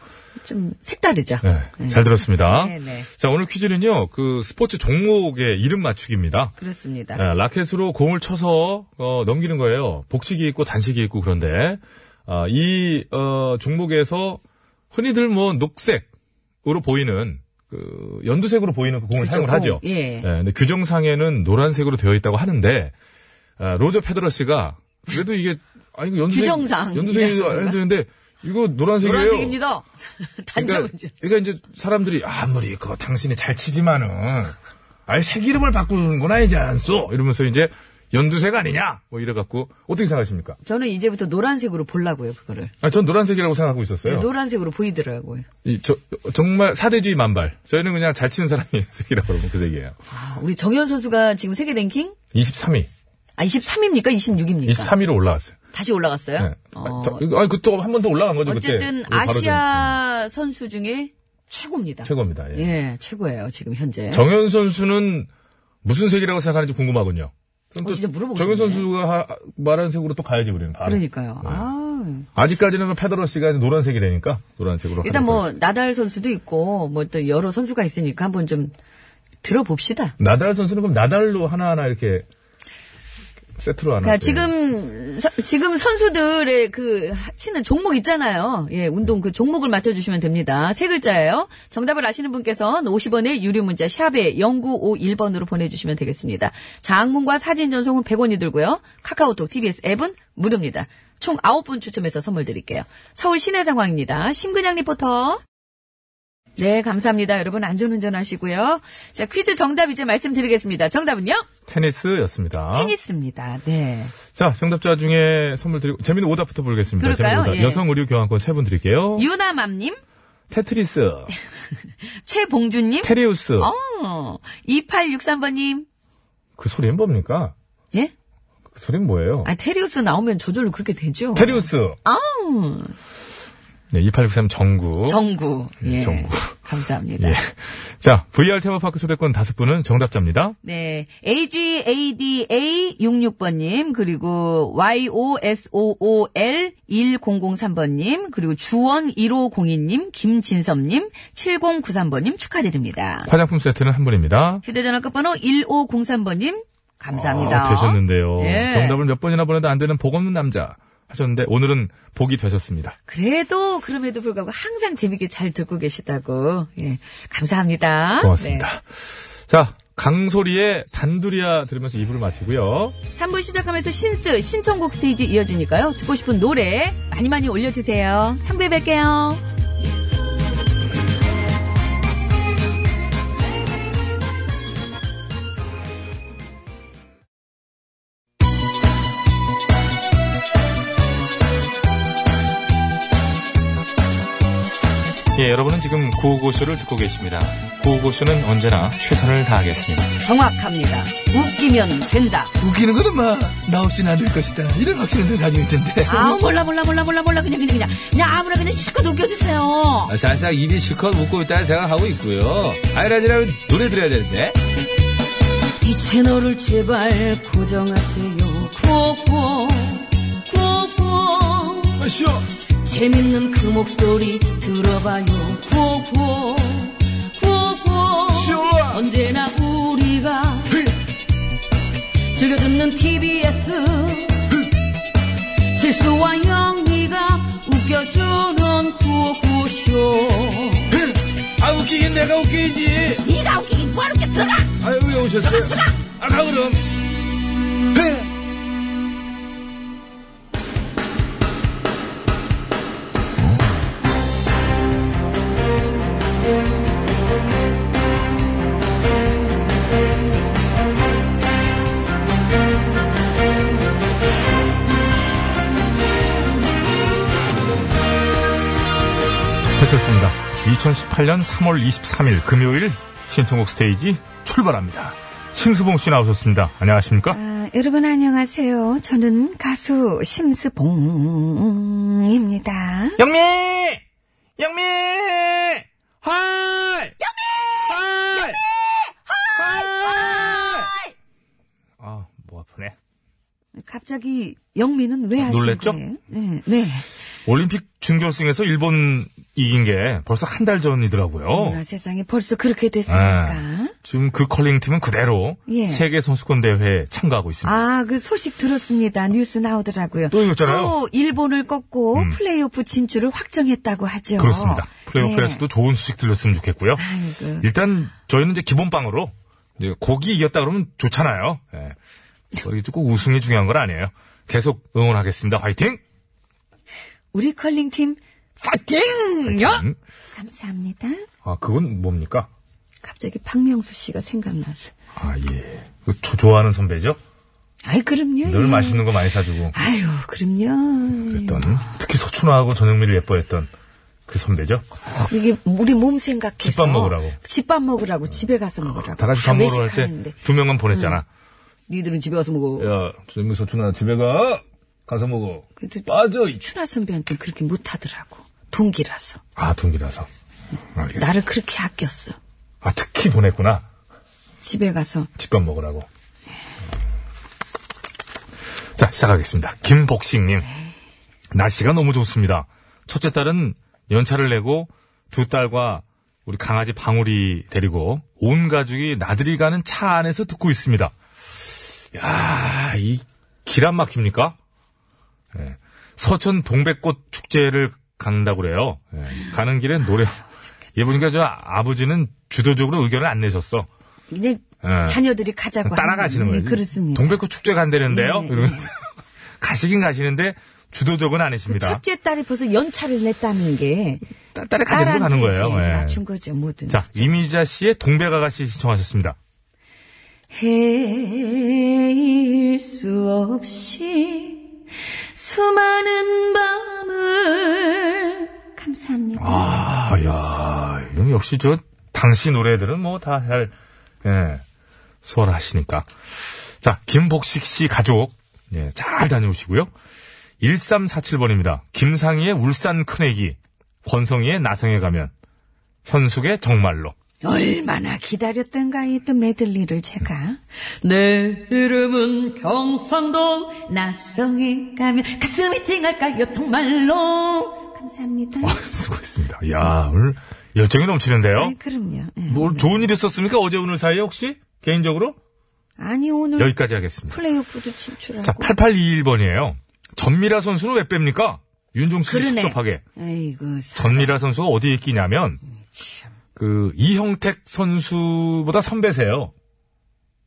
Speaker 2: 좀 색다르죠.
Speaker 1: 네, 잘 들었습니다.
Speaker 2: 네, 네.
Speaker 1: 자, 오늘 퀴즈는요, 그 스포츠 종목의 이름 맞추기입니다.
Speaker 2: 그렇습니다.
Speaker 1: 예, 라켓으로 공을 쳐서 어, 넘기는 거예요. 복식이 있고 단식이 있고 그런데 아, 이 어, 종목에서 흔히들 뭐 녹색으로 보이는 그 연두색으로 보이는 그 공을
Speaker 2: 그렇죠,
Speaker 1: 사용을
Speaker 2: 공.
Speaker 1: 하죠.
Speaker 2: 예.
Speaker 1: 근데 규정상에는 노란색으로 되어 있다고 하는데 아, 로저 페더러 씨가 그래도 이게 아 이거 연두색
Speaker 2: 규정상
Speaker 1: 연두색이
Speaker 2: 이랬어요,
Speaker 1: 안 되는데 이거 노란색이에요.
Speaker 2: 노란색입니다. 단정은
Speaker 1: 그러니까,
Speaker 2: 그
Speaker 1: 그러니까 이제 사람들이 아무리 그 당신이 잘 치지만은 아예 색 이름을 바꾸는구나 이제 안써 이러면서 이제 연두색 아니냐 뭐 이래 갖고 어떻게 생각하십니까?
Speaker 2: 저는 이제부터 노란색으로 보려고요, 그거를.
Speaker 1: 아, 전 노란색이라고 생각하고
Speaker 2: 네,
Speaker 1: 있었어요.
Speaker 2: 노란색으로 보이더라고요.
Speaker 1: 이, 저, 정말 사대주의 만발. 저희는 그냥 잘 치는 사람이 색이라고 그러면 그 색이에요.
Speaker 2: 아, 우리 정현 선수가 지금 세계 랭킹?
Speaker 1: 23위,
Speaker 2: 아, 23입니까? 26입니까?
Speaker 1: 23위로 올라왔어요.
Speaker 2: 다시 올라갔어요?
Speaker 1: 네.
Speaker 2: 어,
Speaker 1: 아, 그 또 한 번 더 올라간 거죠 그때.
Speaker 2: 어쨌든
Speaker 1: 그 바로 전-
Speaker 2: 아시아 선수 중에 최고입니다.
Speaker 1: 음, 최고입니다. 예.
Speaker 2: 예, 최고예요, 지금 현재.
Speaker 1: 정현 선수는 무슨 색이라고 생각하는지 궁금하군요. 그럼
Speaker 2: 어,
Speaker 1: 또
Speaker 2: 진짜 물어보고
Speaker 1: 정현
Speaker 2: 싶네.
Speaker 1: 선수가 하- 말하는 색으로 또 가야지 우리는. 바로.
Speaker 2: 그러니까요.
Speaker 1: 네.
Speaker 2: 아,
Speaker 1: 아직까지는 페더러 씨가 이제 노란색이라니까 노란색으로.
Speaker 2: 일단
Speaker 1: 하도록
Speaker 2: 뭐
Speaker 1: 하겠습니다.
Speaker 2: 나달 선수도 있고 뭐 또 여러 선수가 있으니까 한번 좀 들어봅시다.
Speaker 1: 나달 선수는 그럼 나달로 하나 하나 이렇게 세트로 하나.
Speaker 2: 그러니까 지금 서- 지금 선수들의 그 하- 치는 종목 있잖아요. 예, 운동 그 종목을 맞춰주시면 됩니다. 세 글자예요. 정답을 아시는 분께서는 50원의 유료 문자 샵에 0951번으로 보내주시면 되겠습니다. 장문과 사진 전송은 100원이 들고요. 카카오톡, TBS 앱은 무료입니다. 총 9분 추첨해서 선물 드릴게요. 서울 시내 상황입니다. 심근양 리포터. 네, 감사합니다. 여러분 안전운전 하시고요. 자, 퀴즈 정답 이제 말씀드리겠습니다. 정답은요?
Speaker 1: 테니스였습니다.
Speaker 2: 테니스입니다. 네.
Speaker 1: 자 정답자 중에 선물 드리고 재밌는 오답부터 보겠습니다.
Speaker 2: 그럴까요?
Speaker 1: 재밌는 오답.
Speaker 2: 예.
Speaker 1: 여성 의류 교환권 세 분 드릴게요.
Speaker 2: 유나맘님,
Speaker 1: 테트리스,
Speaker 2: 최봉준님,
Speaker 1: 테리우스.
Speaker 2: 어, 2863번님,
Speaker 1: 그 소리는 뭡니까?
Speaker 2: 예?
Speaker 1: 그 소리는 뭐예요?
Speaker 2: 아, 테리우스 나오면 저절로 그렇게 되죠.
Speaker 1: 테리우스.
Speaker 2: 뭐. 아우,
Speaker 1: 네, 2863 정구.
Speaker 2: 정구. 예.
Speaker 1: 정구.
Speaker 2: 감사합니다.
Speaker 1: 예. 자, VR 테마파크 초대권 다섯 분은 정답자입니다.
Speaker 2: 네. AGADA66번님, 그리고 YOSOOL1003번님, 그리고 주원1502님, 김진섭님, 7093번님 축하드립니다.
Speaker 1: 화장품 세트는 한 분입니다.
Speaker 2: 휴대전화 끝번호 1503번님, 감사합니다.
Speaker 1: 아, 되셨는데요.
Speaker 2: 예.
Speaker 1: 정답을 몇 번이나 보내도 안 되는 복 없는 남자 하셨는데 오늘은 복이 되셨습니다.
Speaker 2: 그래도 그럼에도 불구하고 항상 재밌게 잘 듣고 계시다고. 예. 감사합니다. 네.
Speaker 1: 고맙습니다. 자, 강소리의 단두리아 들으면서 2부를 마치고요.
Speaker 2: 네. 3부 시작하면서 신스 신청곡 스테이지 이어지니까요. 듣고 싶은 노래 많이 많이 올려 주세요. 3부에 뵐게요.
Speaker 1: 예, 여러분은 지금 구호고쇼를 듣고 계십니다. 구호고쇼는 언제나 최선을 다하겠습니다.
Speaker 2: 정확합니다. 웃기면 된다.
Speaker 5: 웃기는 건 엄마 나 없이는 안 될 것이다 이런 확신을 늘 가지고 있던데
Speaker 2: 아우 몰라 몰라 몰라 몰라 몰라 그냥 그냥 그냥 그냥 아무나 그냥 실컷 웃겨
Speaker 1: 아,
Speaker 2: 주세요.
Speaker 3: 살짝 입이 실컷 웃고 있다는 생각하고 있고요. 아이라지라면 노래 들어야 되는데.
Speaker 1: 네.
Speaker 2: 이 채널을 제발 고정하세요. 구호구호 구호구호
Speaker 5: 아쇼
Speaker 2: 재밌는 그 목소리 들어봐요 구호구호 구호구호
Speaker 5: 쇼
Speaker 2: 언제나 우리가 즐겨 듣는 TBS 실수와 영리가 웃겨주는 구호구쇼
Speaker 5: 아 웃기긴 내가 웃기지
Speaker 2: 네가 웃기긴 뭐하러 이렇게 들어가
Speaker 5: 아유 왜 오셨어요 아 그럼
Speaker 1: 배철수입니다. 2018년 3월 23일 금요일 신청곡 스테이지 출발합니다. 심수봉 씨 나오셨습니다. 안녕하십니까?
Speaker 2: 아, 여러분 안녕하세요 저는 가수 심스봉입니다
Speaker 3: 영미! 영미! 헐! 영미! 헐!
Speaker 1: 아, 뭐 아프네.
Speaker 2: 갑자기 영미는 왜 하신
Speaker 1: 놀랬죠?
Speaker 2: 거예요? 네, 네.
Speaker 1: 올림픽 준결승에서 일본 이긴 게 벌써 한 달 전이더라고요.
Speaker 2: 어머나 아, 세상에 벌써 그렇게 됐습니까?
Speaker 1: 지금 그 컬링팀은 그대로
Speaker 2: 예.
Speaker 1: 세계 선수권 대회에 참가하고 있습니다.
Speaker 2: 아, 그 소식 들었습니다. 뉴스 나오더라고요.
Speaker 1: 또 이겼잖아요.
Speaker 2: 또 일본을 꺾고
Speaker 1: 음.
Speaker 2: 플레이오프 진출을 확정했다고 하죠.
Speaker 1: 그렇습니다. 플레이오프에서도 예.
Speaker 2: 네.
Speaker 1: 좋은 소식 들렸으면 좋겠고요.
Speaker 2: 아이고.
Speaker 1: 일단 저희는 이제 기본빵으로 이제 고기 이겼다 그러면 좋잖아요. 예. 뭐 이게 꼭 우승이 중요한 건 아니에요. 계속 응원하겠습니다. 화이팅!
Speaker 2: 우리 컬링팀 파이팅요.
Speaker 1: 음.
Speaker 2: 감사합니다.
Speaker 1: 아 그건 뭡니까?
Speaker 2: 갑자기 박명수 씨가 생각나서.
Speaker 1: 아 예. 그 조- 좋아하는 선배죠.
Speaker 2: 아이 그럼요.
Speaker 1: 늘
Speaker 2: 예.
Speaker 1: 맛있는 거 많이 사주고
Speaker 2: 아유 그럼요.
Speaker 1: 그랬던 특히 서춘화하고 전영미를 예뻐했던 그 선배죠.
Speaker 2: 이게 우리 몸 생각해서
Speaker 1: 집밥 먹으라고.
Speaker 2: 집밥 먹으라고 집에 가서 먹으라고.
Speaker 1: 다 같이 밥 먹으러 갈 때
Speaker 2: 외식하는데.
Speaker 1: 두 명만 보냈잖아.
Speaker 2: 니들은 집에 가서 먹어.
Speaker 1: 야 전영미 서춘화 집에 가 가서 먹어.
Speaker 2: 그래도
Speaker 1: 빠져 이
Speaker 2: 추나 선배한테 는 그렇게 못하더라고. 동기라서
Speaker 1: 아 동기라서. 알겠어.
Speaker 2: 나를 그렇게 아꼈어.
Speaker 1: 아 특히 보냈구나.
Speaker 2: 집에 가서
Speaker 1: 집밥 먹으라고. 자, 시작하겠습니다. 김복식님. 날씨가 너무 좋습니다. 첫째 딸은 연차를 내고 두 딸과 우리 강아지 방울이 데리고 온 가족이 나들이 가는 차 안에서 듣고 있습니다. 야, 이 길 안 막힙니까? 예. 서천 동백꽃 축제를 간다고 그래요. 예. 가는 길에 노래. 얘 보니까 저 아버지는 주도적으로 의견을 안 내셨어.
Speaker 2: 이제
Speaker 1: 예.
Speaker 2: 자녀들이 가자고
Speaker 1: 따라가시는
Speaker 2: 하는
Speaker 1: 거예요.
Speaker 2: 예, 그렇습니다.
Speaker 1: 동백꽃 축제 간대는데요.
Speaker 2: 예, 예.
Speaker 1: 이러면서 가시긴 가시는데 주도적은 아니십니다.
Speaker 2: 첫째 딸이 벌써 연차를 냈다는 게
Speaker 1: 딸- 딸의 아, 가정으로 가는
Speaker 2: 딸한테
Speaker 1: 거예요.
Speaker 2: 이제
Speaker 1: 예.
Speaker 2: 맞춘 거죠, 뭐든.
Speaker 1: 자, 이미자 씨의 동백아가씨 시청하셨습니다.
Speaker 2: 헤일 수 없이 수많은 밤을 감사합니다.
Speaker 1: 아, 야, 이건 역시 저 당시 노래들은 뭐 다 잘 예, 수월하시니까. 자, 김복식 씨 가족 예, 잘 다녀오시고요. 1347번입니다. 김상희의 울산 큰애기, 권성희의 나성에 가면, 현숙의 정말로.
Speaker 2: 얼마나 기다렸던가 이 또 메들리를 제가 내 이름은 경상도 나성에 가면 가슴이 찡할까요 정말로 감사합니다
Speaker 1: 아, 수고했습니다. 야, 오늘 열정이 넘치는데요.
Speaker 2: 아, 그럼요 예.
Speaker 1: 뭘 좋은 일 있었습니까? 어제 오늘 사이에 혹시? 개인적으로?
Speaker 2: 아니 오늘
Speaker 1: 여기까지 하겠습니다.
Speaker 2: 플레이오프도 진출하고
Speaker 1: 자, 8821번이에요. 전미라 선수는 왜 뺍니까? 윤종수 씨
Speaker 2: 그러네.
Speaker 1: 직접하게.
Speaker 2: 아이고 사-
Speaker 1: 전미라 선수가 어디에 끼냐면,
Speaker 2: 음,
Speaker 1: 그, 이형택 선수보다 선배세요.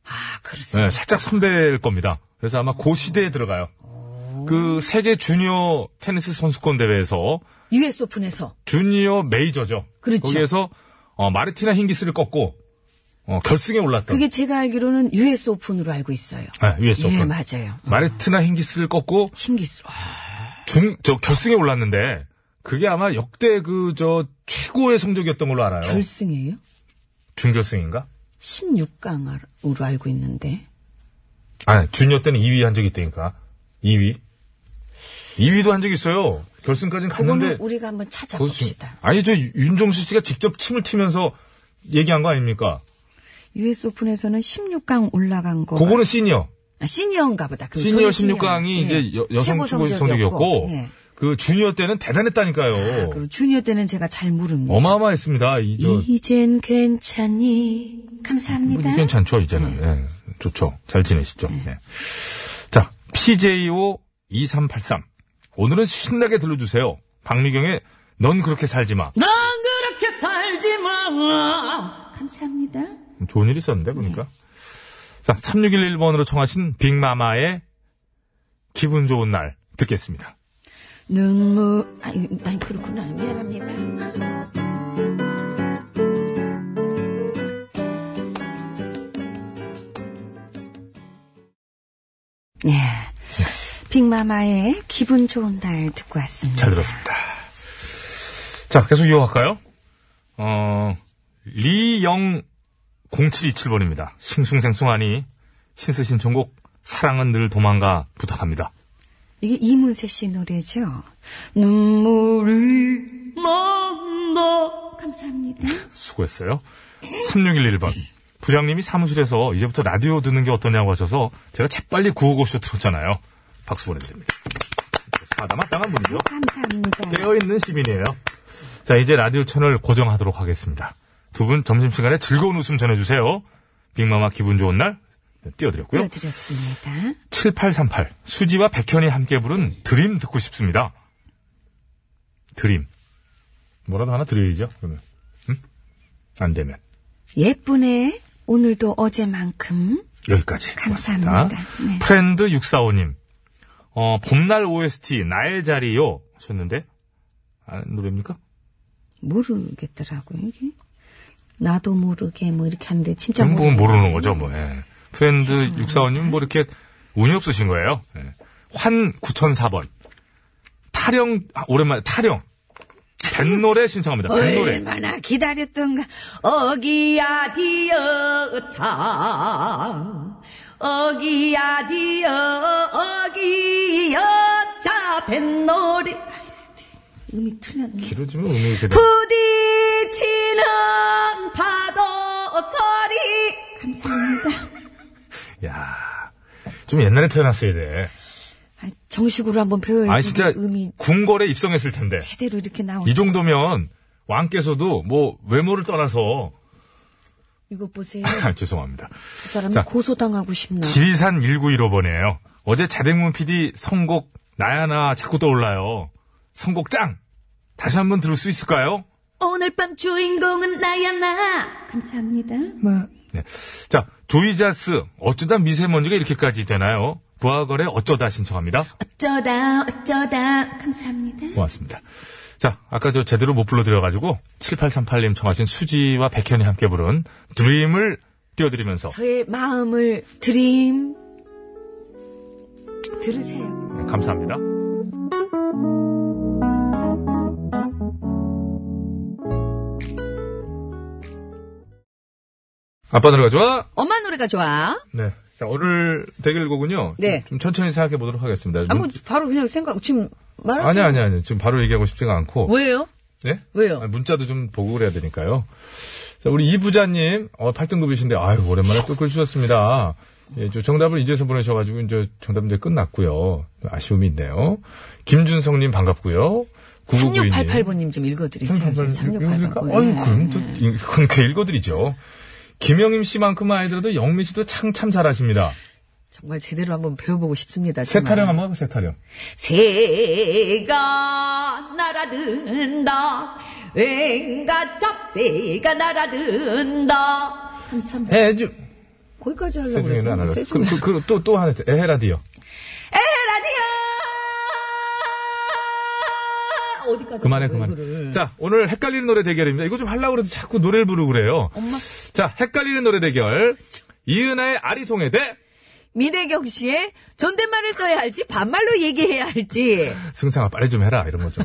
Speaker 2: 아 그렇습니다
Speaker 1: 네, 살짝 선배일 겁니다. 그래서 아마 그 시대에 들어가요. 그 세계 주니어 테니스 선수권 대회에서
Speaker 2: US 오픈에서
Speaker 1: 주니어 메이저죠.
Speaker 2: 그렇죠.
Speaker 1: 거기에서 어, 마르티나 힌기스를 꺾고 어, 결승에 올랐던
Speaker 2: 그게 제가 알기로는 US 오픈으로 알고 있어요
Speaker 1: 네, US
Speaker 2: 예
Speaker 1: 오픈.
Speaker 2: 맞아요
Speaker 1: 마르티나 힌기스를 꺾고
Speaker 2: 신기스
Speaker 1: 중 저 결승에 올랐는데 그게 아마 역대 그 저 최고의 성적이었던 걸로 알아요.
Speaker 2: 결승이에요
Speaker 1: 중결승인가?
Speaker 2: 16강으로 알고 있는데
Speaker 1: 아니 네, 주니어 때는 2위 한 적이 있다니까. 2위. 2위도 한 적이 있어요. 결승까지는
Speaker 2: 그거는
Speaker 1: 갔는데
Speaker 2: 우리가 한번
Speaker 1: 그거 지금-
Speaker 2: 찾아봅시다
Speaker 1: 아니 저 윤종수 씨가 직접 침을 튀면서 얘기한 거 아닙니까?
Speaker 2: US 오픈에서는 16강 올라간 거.
Speaker 1: 그거는 시니어.
Speaker 2: 아, 시니어인가 보다. 그럼
Speaker 1: 시니어
Speaker 2: 저는 시니어인가.
Speaker 1: 16강이
Speaker 2: 예.
Speaker 1: 이제 여, 성 최고
Speaker 2: 성적이었고.
Speaker 1: 성적이었고
Speaker 2: 예.
Speaker 1: 그 주니어 때는 대단했다니까요.
Speaker 2: 그리고 주니어 때는 제가 잘 모릅니다.
Speaker 1: 어마어마했습니다. 이저
Speaker 2: 이젠 괜찮니? 감사합니다.
Speaker 1: 괜찮죠 이제는 예, 좋죠 잘 지내시죠. 예. 자 PJO 2383 오늘은 신나게 들려주세요. 박미경의 넌 그렇게 살지 마.
Speaker 2: 넌 그렇게 살지 마. 감사합니다.
Speaker 1: 좋은 일 있었는데 보니까. 자 3611번으로 청하신 빅마마의 기분 좋은 날 듣겠습니다.
Speaker 2: 눈물, 아니, 아니, 그렇구나. 미안합니다. 예. 빅마마의 기분 좋은 날 듣고 왔습니다.
Speaker 1: 잘 들었습니다. 자, 계속 이어갈까요? 어, 리영 0727번입니다. 싱숭생숭하니 신스 신청곡 사랑은 늘 도망가 부탁합니다.
Speaker 2: 이게 이문세 씨 노래죠. 눈물이 난다. 감사합니다.
Speaker 1: 수고했어요. 3611번. 부장님이 사무실에서 이제부터 라디오 듣는 게 어떠냐고 하셔서 제가 재빨리 구호고쇼 들었잖아요. 아, 박수 보내드립니다. 마다마땅한 분이죠.
Speaker 2: 감사합니다.
Speaker 1: 깨어있는 시민이에요. 자, 이제 라디오 채널 고정하도록 하겠습니다. 두 분 점심시간에 즐거운 웃음 전해주세요. 빅마마 기분 좋은 날
Speaker 2: 네.
Speaker 1: 띄워드렸고요.
Speaker 2: 띄워드렸습니다.
Speaker 1: 7838. 수지와 백현이 함께 부른 드림 듣고 싶습니다. 드림. 뭐라도 하나 드려야죠, 그러면. 응? 안 되면.
Speaker 2: 예쁘네. 오늘도 어제만큼.
Speaker 1: 여기까지.
Speaker 2: 감사합니다. 네.
Speaker 1: 프렌드 645님. 어, 봄날 OST, 나의 자리요. 하셨는데. 아, 노래입니까?
Speaker 2: 모르겠더라고요, 이게. 나도 모르게 뭐 이렇게 하는데 진짜
Speaker 1: 그런 부분
Speaker 2: 모르겠-
Speaker 1: 음, 모르는 거죠, 뭐. 예. 프렌드 645님 뭐 이렇게 운이 없으신 거예요. 예. 환 9004번. 타령, 아, 오랜만에 타령. 뱃노래 신청합니다. 뱃노래.
Speaker 2: 얼마나 기다렸던가. 어기야 디어차. 어기야 디어, 어기야 차, 뱃놀이. 음이 틀렸네.
Speaker 1: 길어지면 뭐, 음이 이렇게 돼.
Speaker 2: 부딪히는 파도 소리. 감사합니다.
Speaker 1: 야, 좀 옛날에 태어났어야 돼.
Speaker 2: 아, 정식으로 한번 배워야지.
Speaker 1: 아 진짜
Speaker 2: 음이
Speaker 1: 궁궐에 입성했을 텐데.
Speaker 2: 제대로 이렇게 나오
Speaker 1: 이
Speaker 2: 네
Speaker 1: 정도면 왕께서도 뭐 외모를 떠나서 아,
Speaker 2: 이거 보세요.
Speaker 1: 죄송합니다.
Speaker 2: 그 사람이
Speaker 1: 자.
Speaker 2: 고소당하고 싶나.
Speaker 1: 지리산 1915번이에요. 어제 자댕문 PD 선곡 나야나 자꾸 떠올라요. 선곡 짱! 다시 한번 들을 수 있을까요?
Speaker 2: 오늘 밤 주인공은 나야 나. 감사합니다.
Speaker 5: 마,
Speaker 1: 네. 자, 조이자스 어쩌다 미세먼지가 이렇게까지 되나요? 부하거래 어쩌다 신청합니다.
Speaker 2: 어쩌다 어쩌다. 감사합니다.
Speaker 1: 고맙습니다. 자, 아까 저 제대로 못 불러드려가지고 7838님 청하신 수지와 백현이 함께 부른 드림을 띄워드리면서
Speaker 2: 저의 마음을 드림. 들으세요.
Speaker 1: 네, 감사합니다. 아빠 노래가 좋아?
Speaker 2: 엄마 노래가 좋아.
Speaker 1: 네. 자, 오늘 대결곡은요.
Speaker 2: 네.
Speaker 1: 좀 천천히 생각해 보도록 하겠습니다.
Speaker 2: 아무 뭐, 바로 그냥 생각 지금 말할
Speaker 1: 아니, 아니, 아니. 지금 바로 얘기하고 싶지가 않고.
Speaker 2: 왜요?
Speaker 1: 네?
Speaker 2: 왜요?
Speaker 1: 아니, 문자도 좀 보고 그래야 되니까요. 자, 우리 이부자님, 어, 8등급이신데, 아유, 오랜만에 또 글 주셨습니다. 예, 저 정답을 이제서 보내셔가지고, 이제 정답은 이제 끝났고요. 아쉬움이 있네요. 김준성님 반갑고요. 9992님.
Speaker 2: 3688번님 좀 읽어드리세요. 네. 3688번.
Speaker 1: 아유, 그럼 또,
Speaker 2: 음.
Speaker 1: 이- 흔쾌히 읽어드리죠. 김영임 씨만큼만 아니더라도 영민 씨도 참, 참 잘하십니다.
Speaker 2: 정말 제대로 한번 배워보고 싶습니다. 정말.
Speaker 1: 세타령 한번 하고, 세타령.
Speaker 2: 새가 날아든다. 왠가 잡새가 날아든다. 감사합니다.
Speaker 1: 해주.
Speaker 2: 거기까지 하려고
Speaker 1: 세중에는 안
Speaker 2: 그랬어요.
Speaker 1: 하셨어요. 그, 그, 그, 또, 또 하나, 있어요. 에헤라디요.
Speaker 2: 에라디오! 어디까지?
Speaker 1: 그만해,
Speaker 2: 하는 거예요,
Speaker 1: 그만해.
Speaker 2: 이거를?
Speaker 1: 자, 오늘 헷갈리는 노래 대결입니다. 이거 좀 하려고 그래도 자꾸 노래를 부르고 그래요.
Speaker 2: 엄마.
Speaker 1: 자, 헷갈리는 노래 대결. 이은하의 아리송해 대
Speaker 2: 민혜경 씨의 존댓말을 써야 할지 반말로 얘기해야 할지.
Speaker 1: 승창아 빨리 좀 해라 이런 거죠.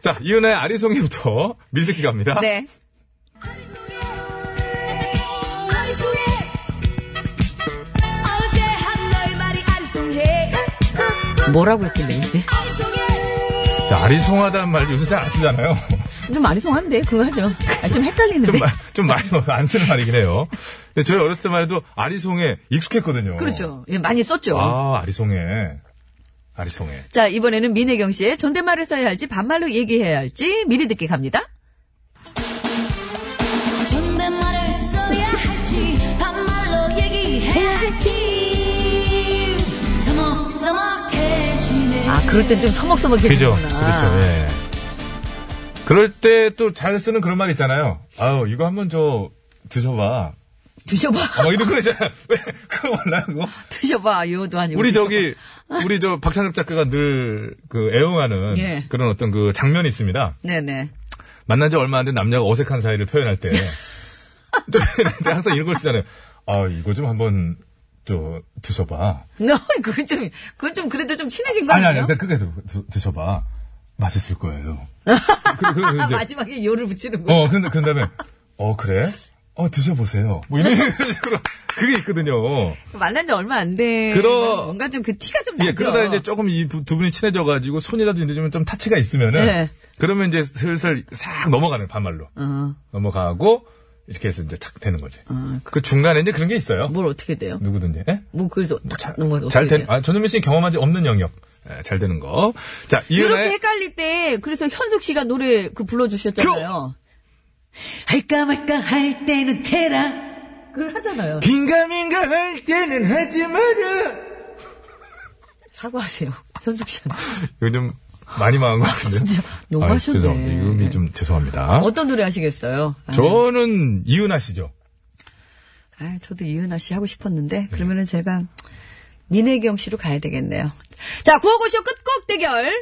Speaker 1: 자, 이은하의 아리송해부터 밀듣기 갑니다.
Speaker 2: 네.
Speaker 6: 알송해 어제 한 너의 말이 알송해
Speaker 2: 뭐라고 했길래 이제?
Speaker 6: 알송해
Speaker 1: 자, 아리송하다는 말 요새 잘 안 쓰잖아요.
Speaker 2: 좀 아리송한데 그거 하죠. 아, 좀 헷갈리는데.
Speaker 1: 좀, 마- 좀 많이 안 쓰는 말이긴 해요. 근데 저희 어렸을 때만 해도 아리송해 익숙했거든요.
Speaker 2: 그렇죠. 예, 많이 썼죠.
Speaker 1: 아, 아리송해. 아리송해.
Speaker 2: 자, 이번에는 민혜경 씨의 존댓말을 써야 할지 반말로 얘기해야 할지 미리 듣기 갑니다.
Speaker 6: 존댓말을 써야 할지 반말로 얘기해야 할지 서먹서먹해지네
Speaker 2: 아, 그럴 땐 좀
Speaker 1: 그죠.
Speaker 2: 서먹서먹해지구나.
Speaker 1: 그렇죠. 예. 그럴 때 또 잘 쓰는 그런 말 있잖아요. 아우, 이거 한번 저 드셔봐.
Speaker 2: 드셔봐.
Speaker 1: 막 이런 거 있잖아요. 왜, 그거 몰라요, 그거?
Speaker 2: 드셔봐. 요도 아니고.
Speaker 1: 네, 우리
Speaker 2: 드셔봐.
Speaker 1: 저기, 우리 저 박찬혁 작가가 늘 그 애용하는
Speaker 2: 예.
Speaker 1: 그런 어떤 그 장면이 있습니다.
Speaker 2: 네네.
Speaker 1: 만난 지 얼마 안 된 남녀가 어색한 사이를 표현할 때. 좀 근데 항상 이런 걸 쓰잖아요. 아, 이거 좀 한번 저 드셔봐.
Speaker 2: 너, 그건 좀, 그건 좀 그래도 좀 친해진 거
Speaker 1: 아니,
Speaker 2: 아니에요?
Speaker 1: 아니, 그냥 크게 드, 셔봐 맛있을 거예요. 그, 그, 그,
Speaker 2: 아,
Speaker 1: 이제,
Speaker 2: 마지막에 요를 붙이는 거.
Speaker 1: 어, 근데, 그 다음에, 어, 그래? 어, 드셔보세요. 뭐 이런 식으로. 그게 있거든요.
Speaker 2: 만난 지 얼마 안 돼.
Speaker 1: 어? 그러-
Speaker 2: 뭔가 좀 그 티가 좀 나죠.
Speaker 1: 예, 그러다 이제 조금 이 두 분이 친해져가지고 손이라도 인대주면 좀 타치가 있으면은
Speaker 2: 예.
Speaker 1: 그러면 이제 슬슬 싹 넘어가는 반말로
Speaker 2: 어,
Speaker 1: 넘어가고 이렇게 해서 이제 탁 되는 거지.
Speaker 2: 어, 그-
Speaker 1: 그 중간에 이제 그런 게 있어요.
Speaker 2: 뭘 어떻게 돼요?
Speaker 1: 누구든지. 예?
Speaker 2: 뭐, 그래서
Speaker 1: 잘,
Speaker 2: 넘어가서
Speaker 1: 잘
Speaker 2: 어떻게
Speaker 1: 된, 아, 전현민 씨는 경험하지 없는 영역. 예, 잘 되는 거. 자,
Speaker 2: 이렇게
Speaker 1: 이은혜.
Speaker 2: 헷갈릴 때 그래서 현숙 씨가 노래 그 불러주셨잖아요. 할까 말까 할 때는 해라. 그 하잖아요.
Speaker 3: 긴가민가 할 때는 하지 마라.
Speaker 2: 사과하세요, 현숙 씨한테.
Speaker 1: 이거 좀 많이 망한 것 같은데.
Speaker 2: 진짜
Speaker 1: 아,
Speaker 2: 너무하셨네.
Speaker 1: 죄송합니다. 이 음이 좀 죄송합니다.
Speaker 2: 어떤 노래 하시겠어요? 아,
Speaker 1: 저는 이은하 씨죠.
Speaker 2: 아, 저도 이은하 씨 하고
Speaker 1: 네.
Speaker 2: 싶었는데 그러면은 제가 민혜경 씨로 가야 되겠네요. 자, 구호고쇼 끝곡 대결.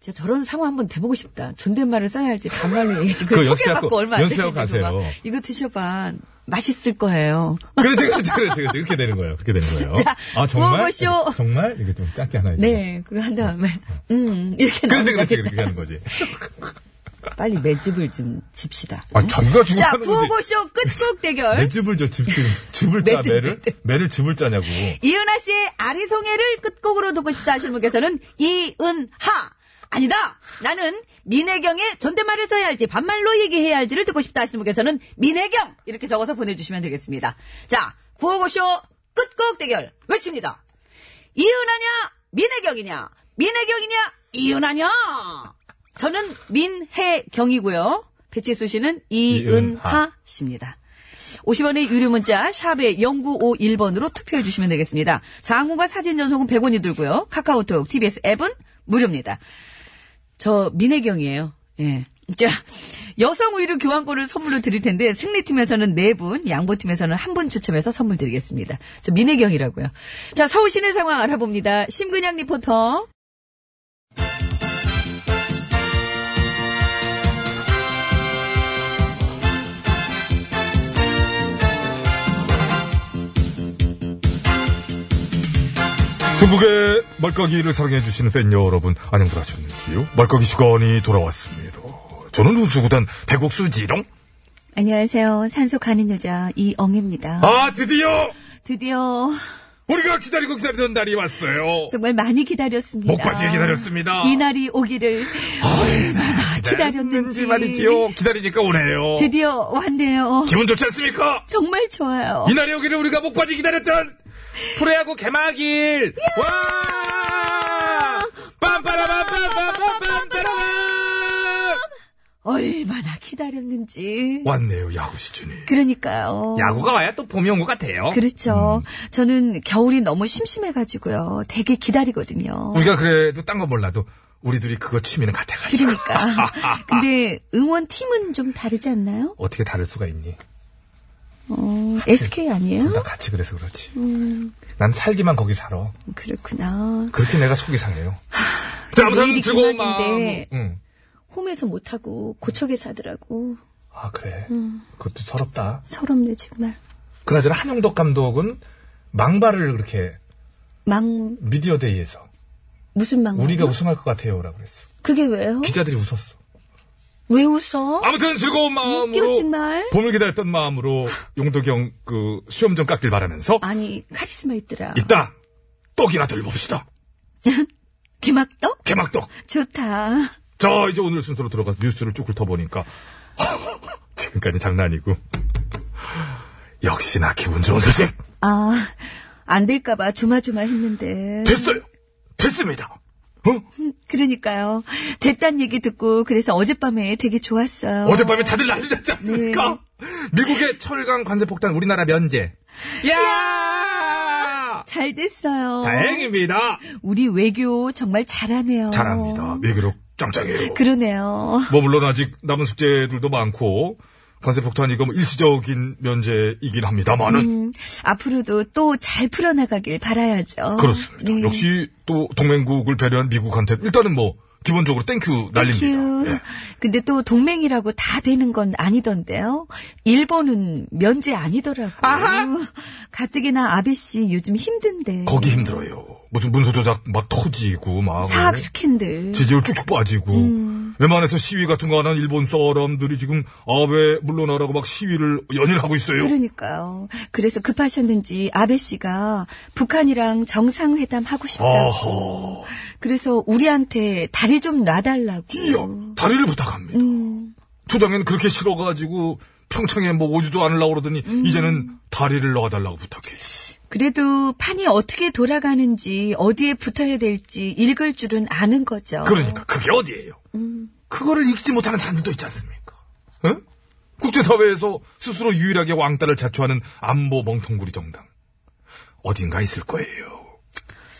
Speaker 2: 진짜 저런 상황 한번 돼보고 싶다. 존댓말을 써야 할지 반말로 얘기할지 그 소개받고
Speaker 1: 그거 연습해갖고,
Speaker 2: 얼마 안
Speaker 1: 연습해갖고
Speaker 2: 됐는데
Speaker 1: 가세요.
Speaker 2: 이거 드셔봐. 맛있을 거예요.
Speaker 1: 그렇지, 그렇지, 그렇지, 그렇지. 이렇게 되는 거예요. 그렇게 되는 거예요.
Speaker 2: 자,
Speaker 1: 아, 정말?
Speaker 2: 구호고쇼.
Speaker 1: 정말? 이게 좀 짧게 하나 해줘.
Speaker 2: 네, 그리고 한 다음에 음 이렇게
Speaker 1: 그렇지,
Speaker 2: 나오는
Speaker 1: 그렇지,
Speaker 2: 거겠다.
Speaker 1: 그렇게 하는 거지.
Speaker 2: 빨리 맷집을 좀 집시다.
Speaker 1: 아, 자기가 주고
Speaker 2: 자,
Speaker 1: 하는 거지.
Speaker 2: 구호고쇼 끝곡 대결.
Speaker 1: 매집을 줘, 집, 집- 집을 짜,
Speaker 2: 매듭,
Speaker 1: 매를? 매를 집을 짜냐고.
Speaker 2: 이은하 씨의 아리송해를 끝곡으로 듣고 싶다 하시는 분께서는 이은하 아니다 나는 민혜경의 존댓말을 써야 할지 반말로 얘기해야 할지를 듣고 싶다 하시는 분께서는 민혜경 이렇게 적어서 보내주시면 되겠습니다 자 구호고쇼 끝곡 대결 외칩니다 이은하냐 민혜경이냐 민혜경이냐 이은하냐 저는 민혜경이고요 배치수 씨는 이은하
Speaker 1: 이은하.
Speaker 2: 씨입니다 50원의 유료 문자 샵에 0951번으로 투표해 주시면 되겠습니다. 장문과 사진 전송은 100원이 들고요. 카카오톡, TBS 앱은 무료입니다. 저 민혜경이에요. 예. 자, 여성 우유류 교환권을 선물로 드릴 텐데 승리팀에서는 4분, 양보팀에서는 1분 추첨해서 선물 드리겠습니다. 저 민혜경이라고요. 자, 서울 시내 상황 알아봅니다. 심근양 리포터.
Speaker 1: 중국의 말까기를 사랑해주시는 팬 여러분, 안녕들 하셨는지요? 말까기 시간이 돌아왔습니다. 저는 우수구단 백옥수 지롱.
Speaker 2: 안녕하세요. 산소 가는 여자 이엉입니다.
Speaker 1: 아, 드디어!
Speaker 2: 드디어
Speaker 1: 우리가 기다리고 기다리던 날이 왔어요.
Speaker 2: 정말 많이 기다렸습니다.
Speaker 1: 목바지에 기다렸습니다. 네.
Speaker 2: 이 날이 오기를 얼마나 기다렸는지
Speaker 1: 말이지요. 기다리니까 오네요.
Speaker 2: 드디어 왔네요.
Speaker 1: 기분 좋지 않습니까?
Speaker 2: 정말 좋아요.
Speaker 1: 이날이 오기를 우리가 목바지 기다렸던 프로야구 개막일! 와! 빰빠라빰빰빰빰빰빰빰!
Speaker 2: 얼마나 기다렸는지.
Speaker 1: 왔네요, 야구 시즌이.
Speaker 2: 그러니까요.
Speaker 3: 야구가 와야 또 봄이 온 것 같아요.
Speaker 2: 그렇죠. 저는 겨울이 너무 심심해가지고요. 되게 기다리거든요.
Speaker 1: 우리가 그래도 딴 거 몰라도 우리 둘이 그거 취미는 같아가지고.
Speaker 2: 그러니까. 근데 응원팀은 좀 다르지 않나요?
Speaker 1: 어떻게 다를 수가 있니?
Speaker 2: 어, SK 아니에요?
Speaker 1: 둘다 같이 그래서 그렇지.
Speaker 2: 음.
Speaker 1: 난 살기만 거기 살아.
Speaker 2: 그렇구나.
Speaker 1: 그렇게 내가 속이 상해요. 자, 아무튼
Speaker 2: 내일이
Speaker 1: 즐거운 마음.
Speaker 2: 개막인데.
Speaker 1: 응.
Speaker 2: 홈에서 못하고 고척에 사더라고.
Speaker 1: 아, 그래.
Speaker 2: 음.
Speaker 1: 그것도 서럽다.
Speaker 2: 서럽네, 정말.
Speaker 1: 그나저나 한용덕 감독은 망발을 그렇게
Speaker 2: 망,
Speaker 1: 미디어데이에서
Speaker 2: 무슨 망?
Speaker 1: 우리가 우승할 것 같아요. 라고 그랬어.
Speaker 2: 그게 왜요?
Speaker 1: 기자들이 웃었어.
Speaker 2: 왜 웃어?
Speaker 1: 아무튼 즐거운
Speaker 2: 웃겨,
Speaker 1: 마음으로.
Speaker 2: 정말.
Speaker 1: 봄을 기다렸던 마음으로 용도경 그 수염 좀 깎길 바라면서
Speaker 2: 아니, 카리스마 있더라.
Speaker 1: 있다. 떡이나 들봅시다.
Speaker 2: 개막떡?
Speaker 1: 개막떡.
Speaker 2: 좋다.
Speaker 1: 자, 이제 오늘 순서로 들어가서 뉴스를 쭉 훑어보니까. 지금까지 장난이고. 역시나 기분 좋은 소식.
Speaker 2: 아, 안 될까봐 조마조마했는데.
Speaker 1: 됐어요. 됐습니다. 어?
Speaker 2: 그러니까요. 됐단 얘기 듣고, 그래서 어젯밤에 되게 좋았어요. 네.
Speaker 1: 어젯밤에 다들 난리 났지 않습니까? 미국의 철강 관세 폭탄 우리나라 면제. 야!
Speaker 2: 잘 됐어요.
Speaker 1: 다행입니다.
Speaker 2: 우리 외교 정말 잘하네요.
Speaker 1: 잘합니다. 외교로 짱짱해요.
Speaker 2: 어. 그러네요.
Speaker 1: 뭐 물론 아직 남은 숙제들도 많고 관세 폭탄 이거 뭐 일시적인 면제이긴 합니다만은
Speaker 2: 음, 앞으로도 또 잘 풀어나가길 바라야죠.
Speaker 1: 그렇습니다.
Speaker 2: 네.
Speaker 1: 역시 또 동맹국을 배려한 미국한테 일단은 뭐 기본적으로
Speaker 2: 땡큐.
Speaker 1: 땡큐 날립니다. 예.
Speaker 2: 근데 또 동맹이라고 다 되는 건 아니던데요. 일본은 면제 아니더라고요. 가뜩이나 아베 씨 요즘 힘든데.
Speaker 1: 거기 힘들어요. 무슨 문서 조작 막 터지고 막
Speaker 2: 사학
Speaker 1: 예.
Speaker 2: 스캔들.
Speaker 1: 지지율 쭉쭉 빠지고 웬만해서 시위 같은 거 하는 일본 사람들이 지금 아베 물러나라고 막 시위를 연일 하고 있어요.
Speaker 2: 그러니까요. 그래서 급하셨는지 아베 씨가 북한이랑 정상회담 하고 싶다고.
Speaker 1: 아하.
Speaker 2: 그래서 우리한테 다리 좀 놔달라고.
Speaker 1: 이야, 다리를 부탁합니다. 초장에는 그렇게 싫어가지고 평창에 뭐 오지도 않으려고 그러더니 이제는 다리를 놔달라고 부탁해.
Speaker 7: 그래도 판이 어떻게 돌아가는지 어디에 붙어야 될지 읽을 줄은 아는 거죠.
Speaker 1: 그렇죠.
Speaker 5: 그러니까 그게 어디예요? 그거를 읽지 못하는 사람들도 있지 않습니까? 응? 국제사회에서 스스로 유일하게 왕따를 자초하는 안보 멍텅구리 정당 어딘가 있을 거예요.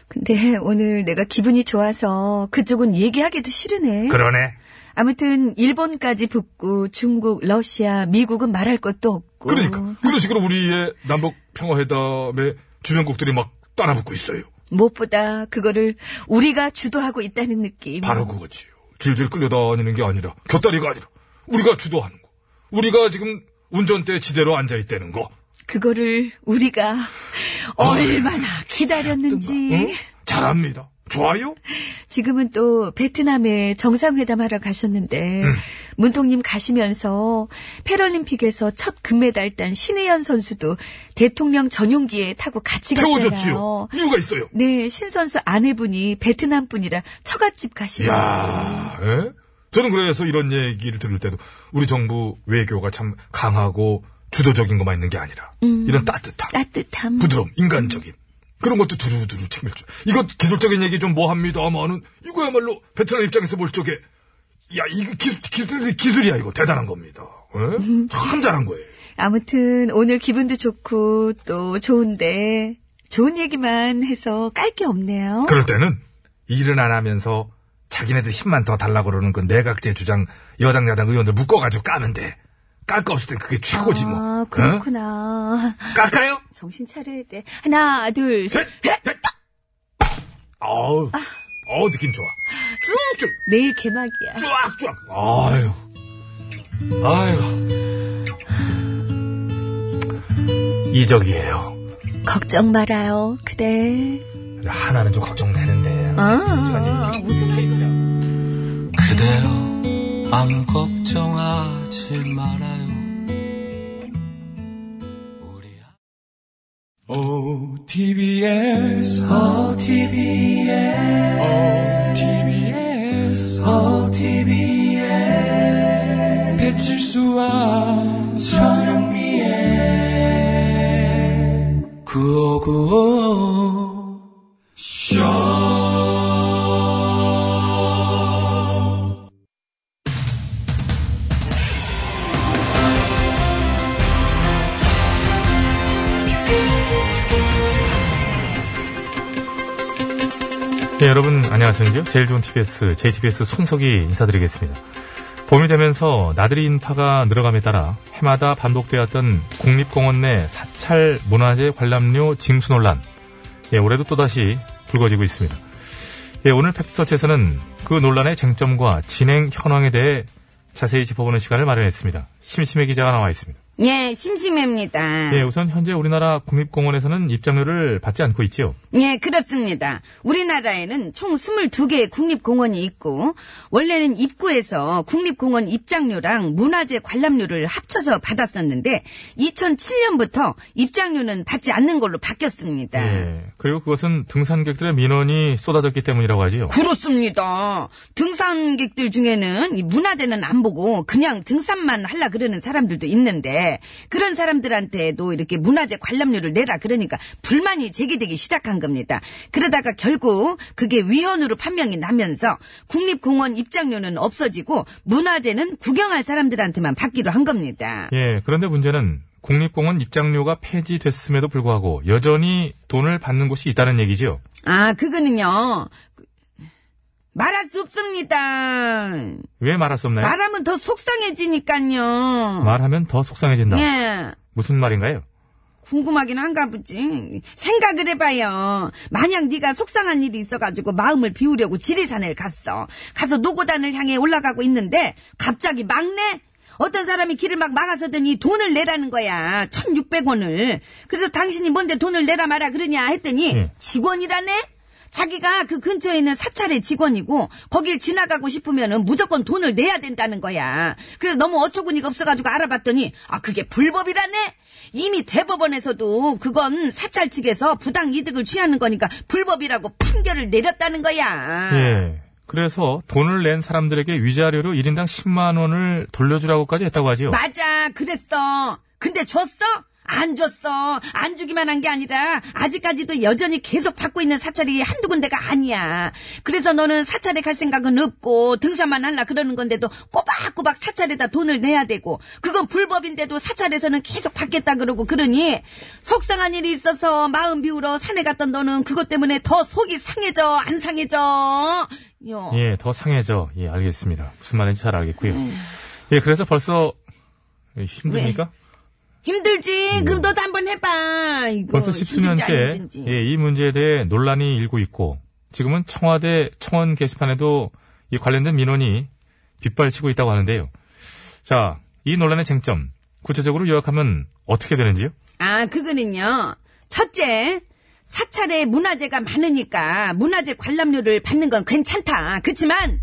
Speaker 7: 근데 오늘 내가 기분이 좋아서 그쪽은 얘기하기도 싫으네.
Speaker 5: 그러네.
Speaker 7: 아무튼 일본까지 붙고 중국, 러시아, 미국은 말할 것도 없고.
Speaker 1: 그러니까
Speaker 2: 어.
Speaker 1: 그런 식으로 우리의 남북 평화회담에 주변국들이 막 따라붙고 있어요.
Speaker 7: 무엇보다 그거를 우리가 주도하고 있다는 느낌.
Speaker 1: 바로 그거지요. 질질 끌려다니는 게 아니라 곁다리가 아니라 우리가 주도하는 거. 우리가 지금 운전대 지대로 앉아 있다는 거.
Speaker 7: 그거를 우리가
Speaker 1: 어,
Speaker 7: 얼마나 기다렸는지.
Speaker 1: 예. 응? 잘합니다. 좋아요?
Speaker 7: 지금은 또 베트남에 정상회담하러 가셨는데
Speaker 1: 음.
Speaker 7: 문통님 가시면서 패럴림픽에서 첫 금메달 딴 신혜연 선수도 대통령 전용기에 타고 같이 갔잖아요.
Speaker 1: 태워줬지요. 이유가 있어요.
Speaker 7: 네, 신 선수 아내분이 베트남 분이라 처갓집 가시더라고요.
Speaker 1: 야, 예? 저는 그래서 이런 얘기를 들을 때도 우리 정부 외교가 참 강하고 주도적인 것만 있는 게 아니라 이런 따뜻함,
Speaker 7: 따뜻함.
Speaker 1: 부드러움, 인간적인 그런 것도 두루두루 책임져. 이거 기술적인 얘기 좀 뭐합니다마는 이거야말로 베트남 입장에서 볼 적에 야 이거 기, 기술 기술이야 이거 대단한 겁니다. 예? 참 잘한 거예요.
Speaker 7: 아무튼 오늘 기분도 좋고 또 좋은데 좋은 얘기만 해서 깔 게 없네요.
Speaker 5: 그럴 때는 일은 안 하면서 자기네들 힘만 더 달라고 그러는 그 내각제 주장 여당 야당 의원들 묶어가지고 까는데 깔 거 없을 땐 그게 최고지 뭐.
Speaker 7: 아,
Speaker 5: 응?
Speaker 7: 그렇구나.
Speaker 5: 깔까요?
Speaker 7: 정신 차려야 돼. 하나, 둘, 셋.
Speaker 5: 셋! 넷! 어우, 어우, 느낌 좋아. 쭉쭉,
Speaker 7: 내일 개막이야.
Speaker 3: 그-
Speaker 5: 쫙쫙. 아유, 아유. 이적이에요.
Speaker 7: 걱정 말아요, 그대.
Speaker 5: 하나는 좀 걱정되는데.
Speaker 7: 아, 무슨 할거야
Speaker 4: 그대여 아무 걱정하지 말아요 우리 OTBS OTBS OTBS OTBS 배칠수와 전영미의 구호구호
Speaker 1: 네, 여러분 안녕하십니까? 제일 좋은 TBS, JTBS 손석희 인사드리겠습니다. 봄이 되면서 나들이 인파가 늘어감에 따라 해마다 반복되었던 국립공원 내 사찰 문화재 관람료 징수 논란. 예, 올해도 또다시 불거지고 있습니다. 예, 오늘 팩트터치에서는 그 논란의 쟁점과 진행 현황에 대해 자세히 짚어보는 시간을 마련했습니다. 심심해 기자가 나와 있습니다.
Speaker 2: 예, 심심합니다.
Speaker 1: 예, 우선 현재 우리나라 국립공원에서는 입장료를 받지 않고 있지요.
Speaker 2: 예, 그렇습니다. 우리나라에는 총 22개의 국립공원이 있고, 원래는 입구에서 국립공원 입장료랑 문화재 관람료를 합쳐서 받았었는데, 2007년부터 입장료는 받지 않는 걸로 바뀌었습니다.
Speaker 1: 예, 그리고 그것은 등산객들의 민원이 쏟아졌기 때문이라고 하지요.
Speaker 2: 그렇습니다. 등산객들 중에는 이 문화재는 안 보고 그냥 등산만 하려 그러는 사람들도 있는데 그런 사람들한테도 이렇게 문화재 관람료를 내라 그러니까 불만이 제기되기 시작한 겁니다. 그러다가 결국 그게 위헌으로 판명이 나면서 국립공원 입장료는 없어지고 문화재는 구경할 사람들한테만 받기로 한 겁니다.
Speaker 1: 예, 그런데 문제는 국립공원 입장료가 폐지됐음에도 불구하고 여전히 돈을 받는 곳이 있다는 얘기죠.
Speaker 2: 아, 그거는요. 그- 말할 수 없습니다.
Speaker 1: 왜 말할 수 없나요?
Speaker 2: 말하면 더 속상해지니까요.
Speaker 1: 네. 말하면 더 속상해진다.
Speaker 2: 예.
Speaker 1: 무슨 말인가요?
Speaker 2: 궁금하긴 한가 보지. 생각을 해봐요. 만약 네가 속상한 일이 있어가지고 마음을 비우려고 지리산을 갔어. 가서 노고단을 향해 올라가고 있는데 갑자기 막내? 어떤 사람이 길을 막 막아서더니 돈을 내라는 거야. 1600원을. 그래서 당신이 뭔데 돈을 내라 말아 그러냐 했더니
Speaker 1: 예.
Speaker 2: 직원이라네? 자기가 그 근처에 있는 사찰의 직원이고 거길 지나가고 싶으면은 무조건 돈을 내야 된다는 거야. 그래서 너무 어처구니가 없어가지고 알아봤더니 아 그게 불법이라네. 이미 대법원에서도 그건 사찰 측에서 부당 이득을 취하는 거니까 불법이라고 판결을 내렸다는 거야.
Speaker 1: 예. 그래서 돈을 낸 사람들에게 위자료로 1인당 10만 원을 돌려주라고까지 했다고 하지요.
Speaker 2: 맞아, 그랬어. 근데 줬어? 안 줬어. 안 주기만 한 게 아니라 아직까지도 여전히 계속 받고 있는 사찰이 한두 군데가 아니야. 그래서 너는 사찰에 갈 생각은 없고 등산만 할라 그러는 건데도 꼬박꼬박 사찰에다 돈을 내야 되고 그건 불법인데도 사찰에서는 계속 받겠다 그러고 그러니 속상한 일이 있어서 마음 비우러 산에 갔던 너는 그것 때문에 더 속이 상해져 어. 안 상해져. 요.
Speaker 1: 예, 더 상해져. 예, 알겠습니다. 무슨 말인지 잘 알겠고요. 예, 그래서 벌써 예, 힘듭니까?
Speaker 2: 힘들지? 그럼 너도 한번 해봐. 이거
Speaker 1: 뭐. 벌써
Speaker 2: 힘든지 뭐 안
Speaker 1: 십수년째
Speaker 2: 힘든지.
Speaker 1: 예, 이 문제에 대해 논란이 일고 있고 지금은 청와대 청원 게시판에도 이 관련된 민원이 빗발치고 있다고 하는데요. 자, 이 논란의 쟁점 구체적으로 요약하면 어떻게 되는지요?
Speaker 2: 아, 그거는요. 첫째, 사찰에 문화재가 많으니까 문화재 관람료를 받는 건 괜찮다. 그치만,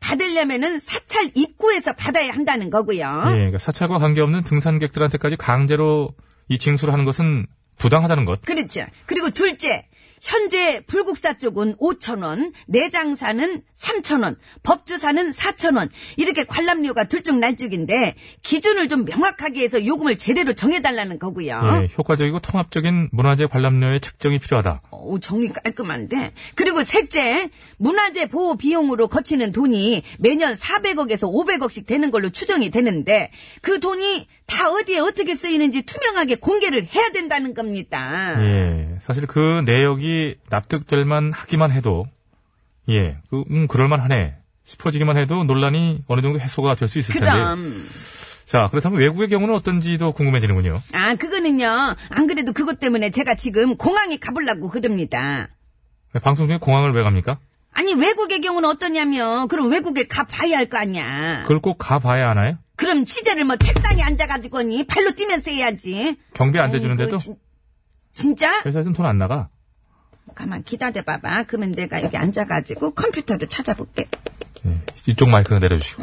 Speaker 2: 받으려면은 사찰 입구에서 받아야 한다는
Speaker 1: 예,
Speaker 2: 거고요.
Speaker 1: 그러니까 사찰과 관계없는 등산객들한테까지 강제로 이 징수를 하는 것은 부당하다는 것.
Speaker 2: 그렇죠. 그리고 둘째, 현재 불국사 쪽은 5천원, 내장사는 3천원, 법주사는 4천원, 이렇게 관람료가 들쭉날쭉인데, 기준을 좀 명확하게 해서 요금을 제대로 정해달라는 거고요.
Speaker 1: 예, 효과적이고 통합적인 문화재 관람료의 책정이 필요하다.
Speaker 2: 오, 정이 깔끔한데. 그리고 셋째, 문화재 보호 비용으로 거치는 돈이 매년 400억에서 500억씩 되는 걸로 추정이 되는데, 그 돈이 다 어디에 어떻게 쓰이는지 투명하게 공개를 해야 된다는 겁니다.
Speaker 1: 예, 사실 그 내역이 납득될 만 하기만 해도, 예, 그, 음, 그럴만 하네. 싶어지기만 해도 논란이 어느 정도 해소가 될 수 있을 텐데.
Speaker 2: 그럼.
Speaker 1: 자, 그렇다면 외국의 경우는 어떤지도 궁금해지는군요.
Speaker 2: 아, 그거는요. 안 그래도 그것 때문에 제가 지금 공항에 가보려고 그럽니다.
Speaker 1: 방송 중에 공항을 왜 갑니까?
Speaker 2: 아니, 외국의 경우는 어떠냐면, 그럼 외국에 가봐야 할 거 아니야.
Speaker 1: 그걸 꼭 가봐야 하나요?
Speaker 2: 그럼 취재를 뭐 책상에 앉아가지고니 발로 뛰면서 해야지.
Speaker 1: 경비 안
Speaker 2: 아이고,
Speaker 1: 대주는데도
Speaker 2: 어, 그 진- 진짜?
Speaker 1: 회사에서는 돈 안 나가.
Speaker 2: 가만 기다려봐봐. 그러면 내가 여기 앉아가지고 컴퓨터로 찾아볼게.
Speaker 1: 예, 이쪽 마이크 내려주시고.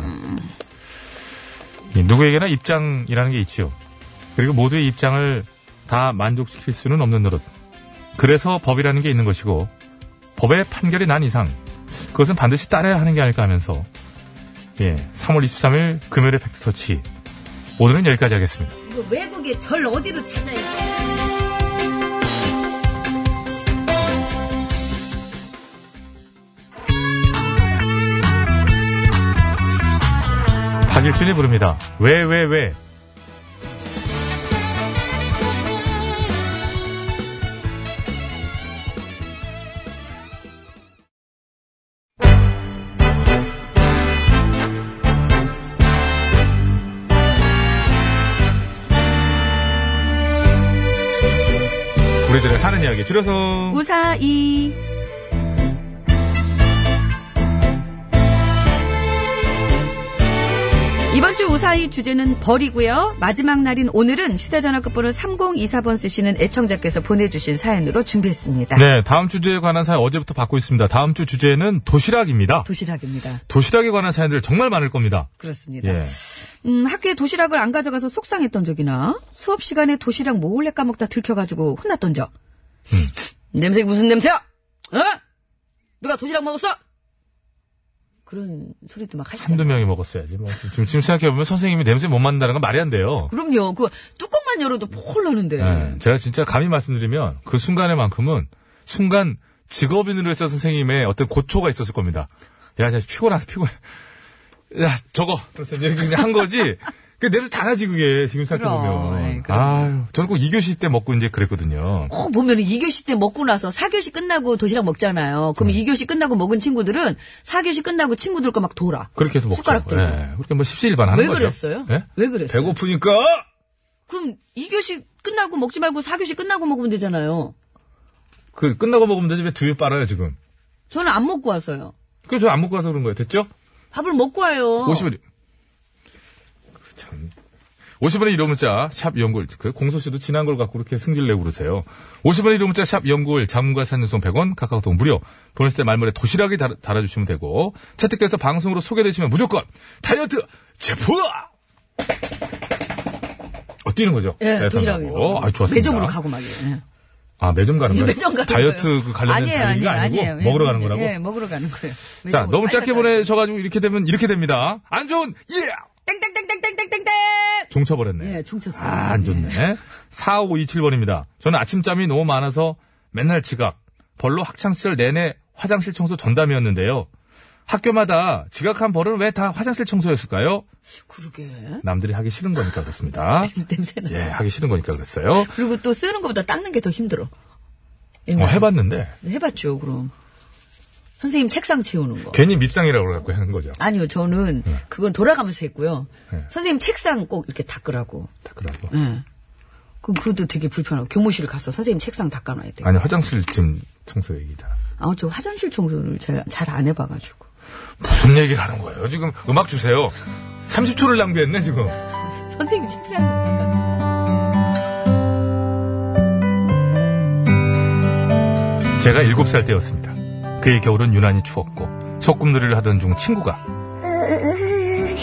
Speaker 1: 예, 누구에게나 입장이라는 게 있지요. 그리고 모두의 입장을 다 만족시킬 수는 없는 노릇. 그래서 법이라는 게 있는 것이고, 법의 판결이 난 이상, 그것은 반드시 따라야 하는 게 아닐까 하면서, 예, 3월 23일 금요일의 팩트터치. 오늘은 여기까지 하겠습니다.
Speaker 2: 이거 외국에 절 어디로 찾아야 돼?
Speaker 1: 박일준이 부릅니다. 왜, 왜, 왜. 우리들의 사는 이야기 줄여서
Speaker 2: 우사이. 이번 주 우사이 주제는 벌이고요. 마지막 날인 오늘은 휴대전화 끝번호 3024번 쓰시는 애청자께서 보내주신 사연으로 준비했습니다.
Speaker 1: 네, 다음 주제에 관한 사연 어제부터 받고 있습니다. 다음 주 주제는 도시락입니다.
Speaker 8: 도시락입니다.
Speaker 1: 도시락에 관한 사연들 정말 많을 겁니다.
Speaker 8: 그렇습니다.
Speaker 1: 예.
Speaker 8: 음, 학교에 도시락을 안 가져가서 속상했던 적이나 수업 시간에 도시락 몰래 까먹다 들켜가지고 혼났던 적.
Speaker 1: 음.
Speaker 8: 냄새 무슨 냄새야? 어? 누가 도시락 먹었어? 그런 소리도 막 하시죠.
Speaker 1: 한두 명이 먹었어야지. 뭐. 지금, 지금 생각해보면 선생님이 냄새 못 맡는다는 건 말이 안 돼요.
Speaker 8: 그럼요. 그 뚜껑만 열어도 폭 나는데.
Speaker 1: 예, 제가 진짜 감히 말씀드리면 그 순간에만큼은 순간 직업인으로서 선생님의 어떤 고초가 있었을 겁니다. 야, 야 피곤하다, 피곤해. 야, 저거. 그래서 이렇게 그냥 한 거지. 그 냄새 다 나지, 그게. 지금
Speaker 8: 그럼, 예,
Speaker 1: 생각해보면.
Speaker 8: 그럼.
Speaker 1: 아유, 저는 꼭 2교시 때 먹고 이제 그랬거든요.
Speaker 8: 꼭 어, 보면 2교시 때 먹고 나서 4교시 끝나고 도시락 먹잖아요.
Speaker 1: 음.
Speaker 8: 그럼 이 2교시 끝나고 먹은 친구들은 4교시 끝나고 친구들 거 막 돌아.
Speaker 1: 그렇게 해서 먹죠.
Speaker 8: 숟가락 들고.
Speaker 1: 예, 그렇게 뭐 십시일반 하는
Speaker 8: 왜
Speaker 1: 거죠.
Speaker 8: 그랬어요?
Speaker 1: 예?
Speaker 8: 왜 그랬어요?
Speaker 1: 배고프니까
Speaker 8: 그럼 2교시 끝나고 먹지 말고 4교시 끝나고 먹으면 되잖아요.
Speaker 1: 그 끝나고 먹으면 되지 왜 두유 빨아요 지금?
Speaker 8: 저는 안 먹고 와서요.
Speaker 1: 그게 저안 먹고 와서 그런 거예요. 됐죠?
Speaker 8: 밥을 먹고 와요.
Speaker 1: 50원. 참. 50원의 이호 문자 샵 연골 그 공소 씨도 지난 걸 갖고 그렇게 승질 내고 그러세요. 50원의 이호 문자 샵 연골 자문과 산유송 100원 카카오톡 무료 보냈을 때 말머리에 도시락이 달, 아주시면 되고 채택돼서 방송으로 소개되시면 무조건 다이어트 제품 어, 뛰는 거죠?
Speaker 8: 예,
Speaker 1: 다이어트
Speaker 8: 도시락이.
Speaker 1: 한다고. 아, 좋았습니다.
Speaker 8: 매점으로 가고 막이요. 예.
Speaker 1: 아, 매점 가는 거예요?
Speaker 8: 매점 가는
Speaker 1: 다이어트
Speaker 8: 거예요.
Speaker 1: 그 관련된
Speaker 8: 아니에요,
Speaker 1: 다이어트가
Speaker 8: 아니에요,
Speaker 1: 아니고
Speaker 8: 아니에요. 뭐
Speaker 1: 먹으러 가는
Speaker 2: 예,
Speaker 1: 거라고?
Speaker 8: 예, 먹으러 가는 거예요.
Speaker 1: 자,
Speaker 8: 매점으로
Speaker 1: 너무
Speaker 8: 빨리
Speaker 1: 짧게
Speaker 8: 가요.
Speaker 1: 보내셔가지고 이렇게 되면 이렇게 됩니다. 안 좋은 예!
Speaker 9: 땡땡땡땡땡땡땡땡!
Speaker 1: 종쳐버렸네.
Speaker 2: 예, 총쳤어요.
Speaker 1: 아, 안 좋네. 4527번입니다. 저는 아침잠이 너무 많아서 맨날 지각. 벌로 학창시절 내내 화장실 청소 전담이었는데요. 학교마다 지각한 벌은 왜 다 화장실 청소였을까요?
Speaker 2: 그러게.
Speaker 1: 남들이 하기 싫은 거니까 그렇습니다.
Speaker 2: 냄새나.
Speaker 1: 예, 하기 싫은 거니까 그랬어요.
Speaker 2: 그리고 또 쓰는 것보다 닦는 게 더 힘들어. 예,
Speaker 1: 어, 해봤는데
Speaker 2: 해봤죠, 그럼. 선생님 책상 채우는 거.
Speaker 1: 괜히 밉상이라고 그래갖고 한 거죠.
Speaker 2: 아니요, 저는
Speaker 1: 예.
Speaker 2: 그건 돌아가면서 했고요.
Speaker 1: 네.
Speaker 2: 선생님 책상 꼭 이렇게 닦으라고.
Speaker 1: 닦으라고.
Speaker 2: 예. 그럼 그것도 되게 불편하고 교무실 가서 선생님 책상 닦아놔야 돼.
Speaker 1: 아니 화장실 지금 청소 얘기다.
Speaker 2: 아, 저 화장실 청소를 잘 안 해봐가지고.
Speaker 1: 무슨 얘기를 하는 거예요? 지금 음악 주세요. 30초를 낭비했네 지금.
Speaker 2: 선생님 책상 닦아서.
Speaker 1: 제가 7살 때였습니다. 그의 겨울은 유난히 추웠고 소꿉놀이를 하던 중 친구가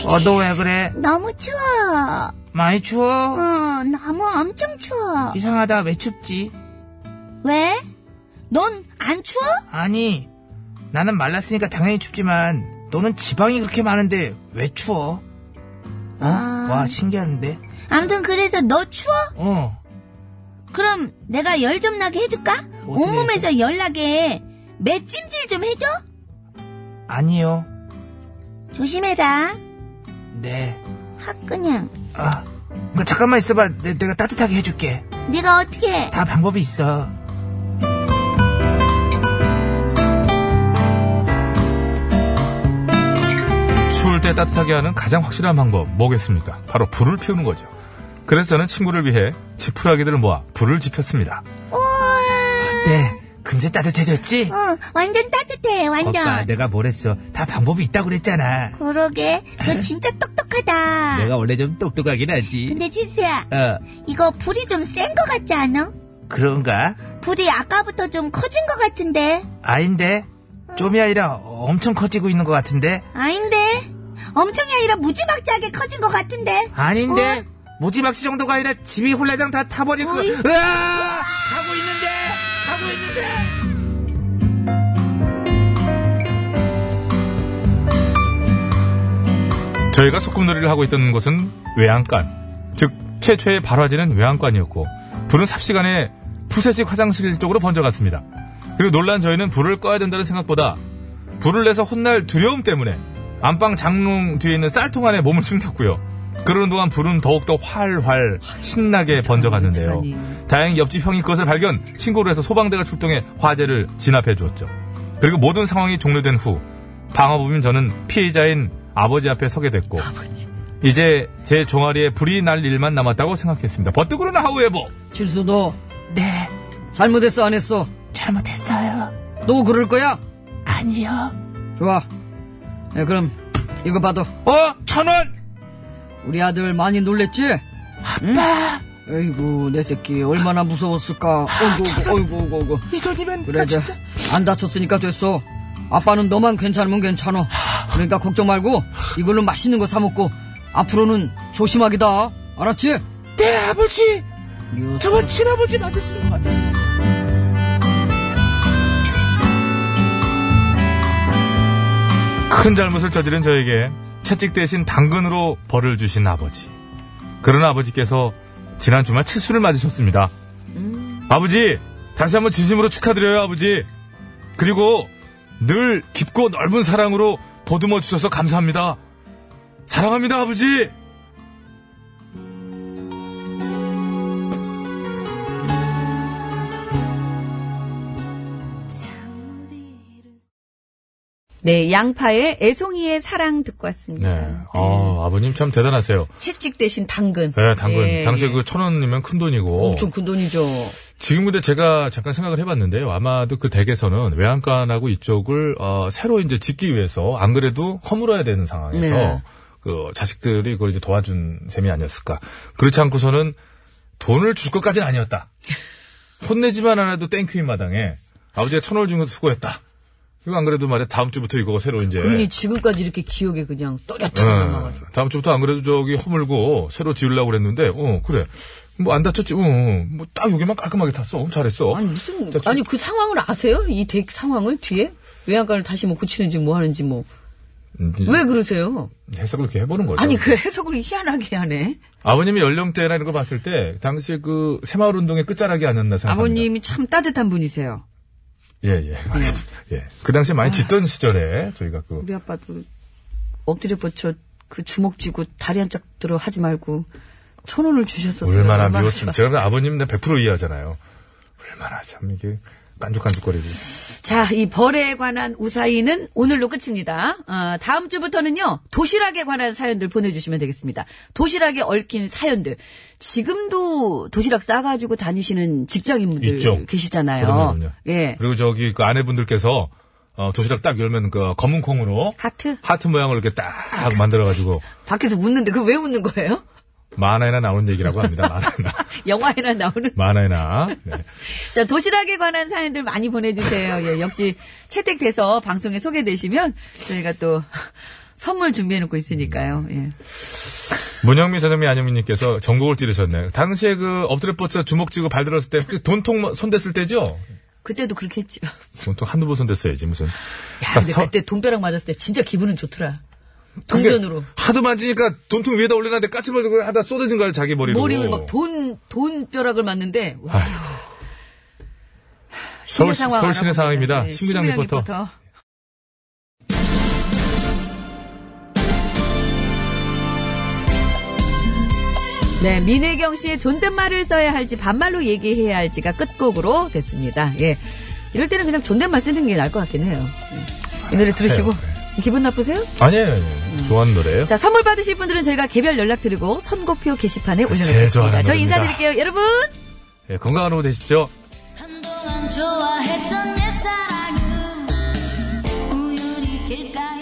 Speaker 3: 어, 너 왜 그래?
Speaker 10: 너무 추워.
Speaker 3: 많이 추워?
Speaker 10: 어, 너무 엄청 추워.
Speaker 3: 이상하다, 왜 춥지?
Speaker 10: 왜? 넌 안 추워?
Speaker 3: 아니, 나는 말랐으니까 당연히 춥지만, 너는 지방이 그렇게 많은데, 왜 추워? 어?
Speaker 10: 아.
Speaker 3: 와, 신기한데?
Speaker 10: 아무튼 그래서 너 추워?
Speaker 3: 어.
Speaker 10: 그럼 내가 열 좀 나게 해줄까? 온몸에서 열 나게 매 찜질 좀 해줘?
Speaker 3: 아니요.
Speaker 10: 조심해라.
Speaker 3: 네.
Speaker 10: 확 그냥.
Speaker 3: 아. 그 잠깐만 있어봐. 내, 내가 따뜻하게 해줄게.
Speaker 10: 네가 어떻게 해?
Speaker 3: 다 방법이 있어.
Speaker 1: 추울 때 따뜻하게 하는 가장 확실한 방법 뭐겠습니까? 바로 불을 피우는 거죠. 그래서 저는 친구를 위해 지푸라기들을 모아 불을 지폈습니다.
Speaker 3: 네. 금세 따뜻해졌지?
Speaker 10: 어, 완전 따뜻해, 완전.
Speaker 3: 오빠, 내가 뭘 했어. 다 방법이 있다고 그랬잖아.
Speaker 10: 그러게, 너 진짜 똑똑하다.
Speaker 3: 내가 원래 좀 똑똑하긴 하지.
Speaker 10: 근데 진수야,
Speaker 3: 어,
Speaker 10: 이거 불이 좀 센 거 같지 않아?
Speaker 3: 그런가?
Speaker 10: 불이 아까부터 좀 커진 거 같은데.
Speaker 3: 아닌데? 좀이 아니라 엄청 커지고 있는 것 같은데?
Speaker 10: 아닌데? 엄청이 아니라 무지막지하게 커진 거 같은데.
Speaker 3: 아닌데? 무지막지 정도가 아니라 집이 홀라당 다 타버리고, 으아! 가고 있는데! 가고 있는데!
Speaker 1: 저희가 소꿉놀이를 하고 있던 곳은 외양간, 즉 최초의 발화지는 외양간이었고 불은 삽시간에 푸세식 화장실 쪽으로 번져갔습니다. 그리고 놀란 저희는 불을 꺼야 된다는 생각보다 불을 내서 혼날 두려움 때문에 안방 장롱 뒤에 있는 쌀통 안에 몸을 숨겼고요. 그러는 동안 불은 더욱더 활활 신나게 번져갔는데요. 다행히 옆집 형이 그것을 발견 신고를 해서 소방대가 출동해 화재를 진압해 주었죠. 그리고 모든 상황이 종료된 후 방화범인 저는 피해자인 아버지 앞에 서게 됐고 이제 제 종아리에 불이 날 일만 남았다고 생각했습니다. 버뜩으로나 하우에보
Speaker 2: 질수 너. 네. 잘못했어, 안 했어? 잘못했어요. 너 그럴 거야? 아니요. 좋아. 예, 그럼 이거 받아.
Speaker 3: 어? 천 원!
Speaker 2: 우리 아들 많이 놀랬지? 아빠. 아이고 내 새끼 얼마나 무서웠을까. 어이구 어이구 어이구 아, 어이구.
Speaker 3: 이 돈이면
Speaker 2: 그래 이제 안 다쳤으니까 됐어. 아빠는 너만 괜찮으면 괜찮아. 그러니까 걱정 말고 이걸로 맛있는 거 사 먹고 앞으로는 조심하기다. 알았지? 네,
Speaker 3: 내 아버지! 저번 친아버지 만드시는 것 같아.
Speaker 1: 큰 잘못을 저지른 저에게 채찍 대신 당근으로 벌을 주신 아버지. 그러나 아버지께서 지난 주말 칠수를 맞으셨습니다. 아버지, 다시 한번 진심으로 축하드려요, 아버지. 그리고 늘 깊고 넓은 사랑으로 보듬어 주셔서 감사합니다. 사랑합니다, 아버지!
Speaker 9: 네, 양파의 애송이의 사랑 듣고 왔습니다.
Speaker 1: 네. 아, 아버님 참 대단하세요.
Speaker 9: 채찍 대신 당근.
Speaker 1: 네, 당근.
Speaker 9: 예,
Speaker 1: 당시에
Speaker 9: 예.
Speaker 1: 그 천 원이면 큰 돈이고.
Speaker 2: 엄청 큰 돈이죠.
Speaker 1: 지금 근데 제가 잠깐 생각을 해봤는데요. 아마도 그 댁에서는 외양간하고 이쪽을 어, 새로 이제 짓기 위해서 안 그래도 허물어야 되는 상황에서
Speaker 2: 네.
Speaker 1: 그 자식들이 그걸 이제 도와준 셈이 아니었을까. 그렇지 않고서는 돈을 줄 것까지는 아니었다. 혼내지만 않아도 땡큐인 마당에 아버지가 천 원을 준 것도 수고했다. 이거 안 그래도 말이야 다음 주부터 이거 새로 이제
Speaker 2: 그러니 지금까지 이렇게 기억에 그냥 또렷하게
Speaker 1: 예,
Speaker 2: 남아가지고.
Speaker 1: 다음 주부터 안 그래도 저기 허물고 새로 지으려고 그랬는데, 어, 그래. 뭐 안 다쳤지, 어, 뭐 딱 여기만 깔끔하게 탔어. 음, 잘했어.
Speaker 2: 아니 무슨
Speaker 1: 자, 주-
Speaker 2: 아니 그 상황을 아세요? 이 댁 상황을 뒤에 외양간을 다시 뭐 고치는지 뭐 하는지 뭐
Speaker 1: 음, 이제 네.
Speaker 2: 왜 그러세요?
Speaker 1: 해석을 이렇게 해보는 거죠.
Speaker 2: 아니, 그 해석을 희한하게 하네.
Speaker 1: 아버님의 연령대나 이런 거 봤을 때 당시 그 새마을 운동의 끝자락이 아니었나 생각합니다.
Speaker 2: 아버님이 참 따뜻한 분이세요.
Speaker 1: 예, 예. 알겠습니다.
Speaker 2: 네.
Speaker 1: 예. 그 당시에
Speaker 2: 아.
Speaker 1: 많이 짖던 시절에 저희가 그
Speaker 2: 우리 아빠도 엎드려 뻗쳐 그 주먹 쥐고 다리 한짝 들어 하지 말고 천 원을 주셨었어요.
Speaker 1: 얼마나
Speaker 2: 얼마나
Speaker 1: 미웠습니까?
Speaker 2: 좋았어요.
Speaker 1: 제가 아버님 내 100% 이해하잖아요. 얼마나 참 이게 깐죽깐죽거리고.
Speaker 2: 자, 이 벌에 관한 우사이는 오늘로 끝입니다. 어, 다음 주부터는요, 도시락에 관한 사연들 보내주시면 되겠습니다. 도시락에 얽힌 사연들. 지금도 도시락 싸가지고 다니시는 직장인분들
Speaker 1: 있죠.
Speaker 2: 계시잖아요.
Speaker 1: 그럼요, 그럼요.
Speaker 2: 예.
Speaker 1: 그리고 저기 그 아내분들께서 어, 도시락 딱 열면 그 검은 콩으로
Speaker 2: 하트?
Speaker 1: 하트 모양을 이렇게 딱 만들어가지고
Speaker 2: 밖에서 웃는데, 그 왜 웃는 거예요?
Speaker 1: 만화에나 나오는 얘기라고 합니다. 만화에나.
Speaker 2: 영화에나 나오는.
Speaker 1: 만화에나. 네.
Speaker 2: 자, 도시락에 관한 사연들 많이 보내주세요. 예, 역시 채택돼서 방송에 소개되시면 저희가 또 선물 준비해놓고 있으니까요. 예.
Speaker 1: 문영민 전영미 안영민님께서 전국을 찌르셨네요. 당시에 그 엎드려 뻗쳐 주먹 쥐고 발 들었을 때 그때 돈통 뭐 손댔을 때죠?
Speaker 2: 그때도 그렇게 했죠.
Speaker 1: 돈통 한두 번 손댔어야지 무슨.
Speaker 2: 야,
Speaker 1: 자,
Speaker 2: 근데
Speaker 1: 서-
Speaker 2: 그때 돈벼락 맞았을 때 진짜 기분은 좋더라.
Speaker 1: 그게
Speaker 2: 동전으로.
Speaker 1: 하도 만지니까 돈통 위에다 올려놨는데 까치발 들고 하다 쏟아진 거예요 자기 머리로.
Speaker 2: 머리를 막 돈, 돈벼락을 맞는데, 와.
Speaker 1: 서울 시- 서울 시내
Speaker 2: 알아봅니다.
Speaker 1: 상황입니다.
Speaker 2: 네,
Speaker 1: 신부장
Speaker 2: 신부장
Speaker 1: 리포터.
Speaker 2: 네, 민혜경 씨의 존댓말을 써야 할지 반말로 얘기해야 할지가 끝곡으로 됐습니다. 예. 이럴 때는 그냥 존댓말 쓰는 게 나을 것 같긴 해요. 예.
Speaker 1: 아,
Speaker 2: 이 노래 들으시고.
Speaker 1: 네.
Speaker 2: 기분 나쁘세요?
Speaker 1: 아니에요, 아니에요. 좋아하는 노래예요.
Speaker 2: 자, 선물 받으실 분들은 저희가 개별 연락 드리고 선곡표 게시판에
Speaker 1: 제조하는
Speaker 2: 올려놓겠습니다. 저희
Speaker 1: 노래입니다.
Speaker 2: 인사드릴게요, 여러분!
Speaker 1: 예, 건강한 오후 되십시오.
Speaker 6: 한동안 좋아했던 내 사랑은 우연히 길가에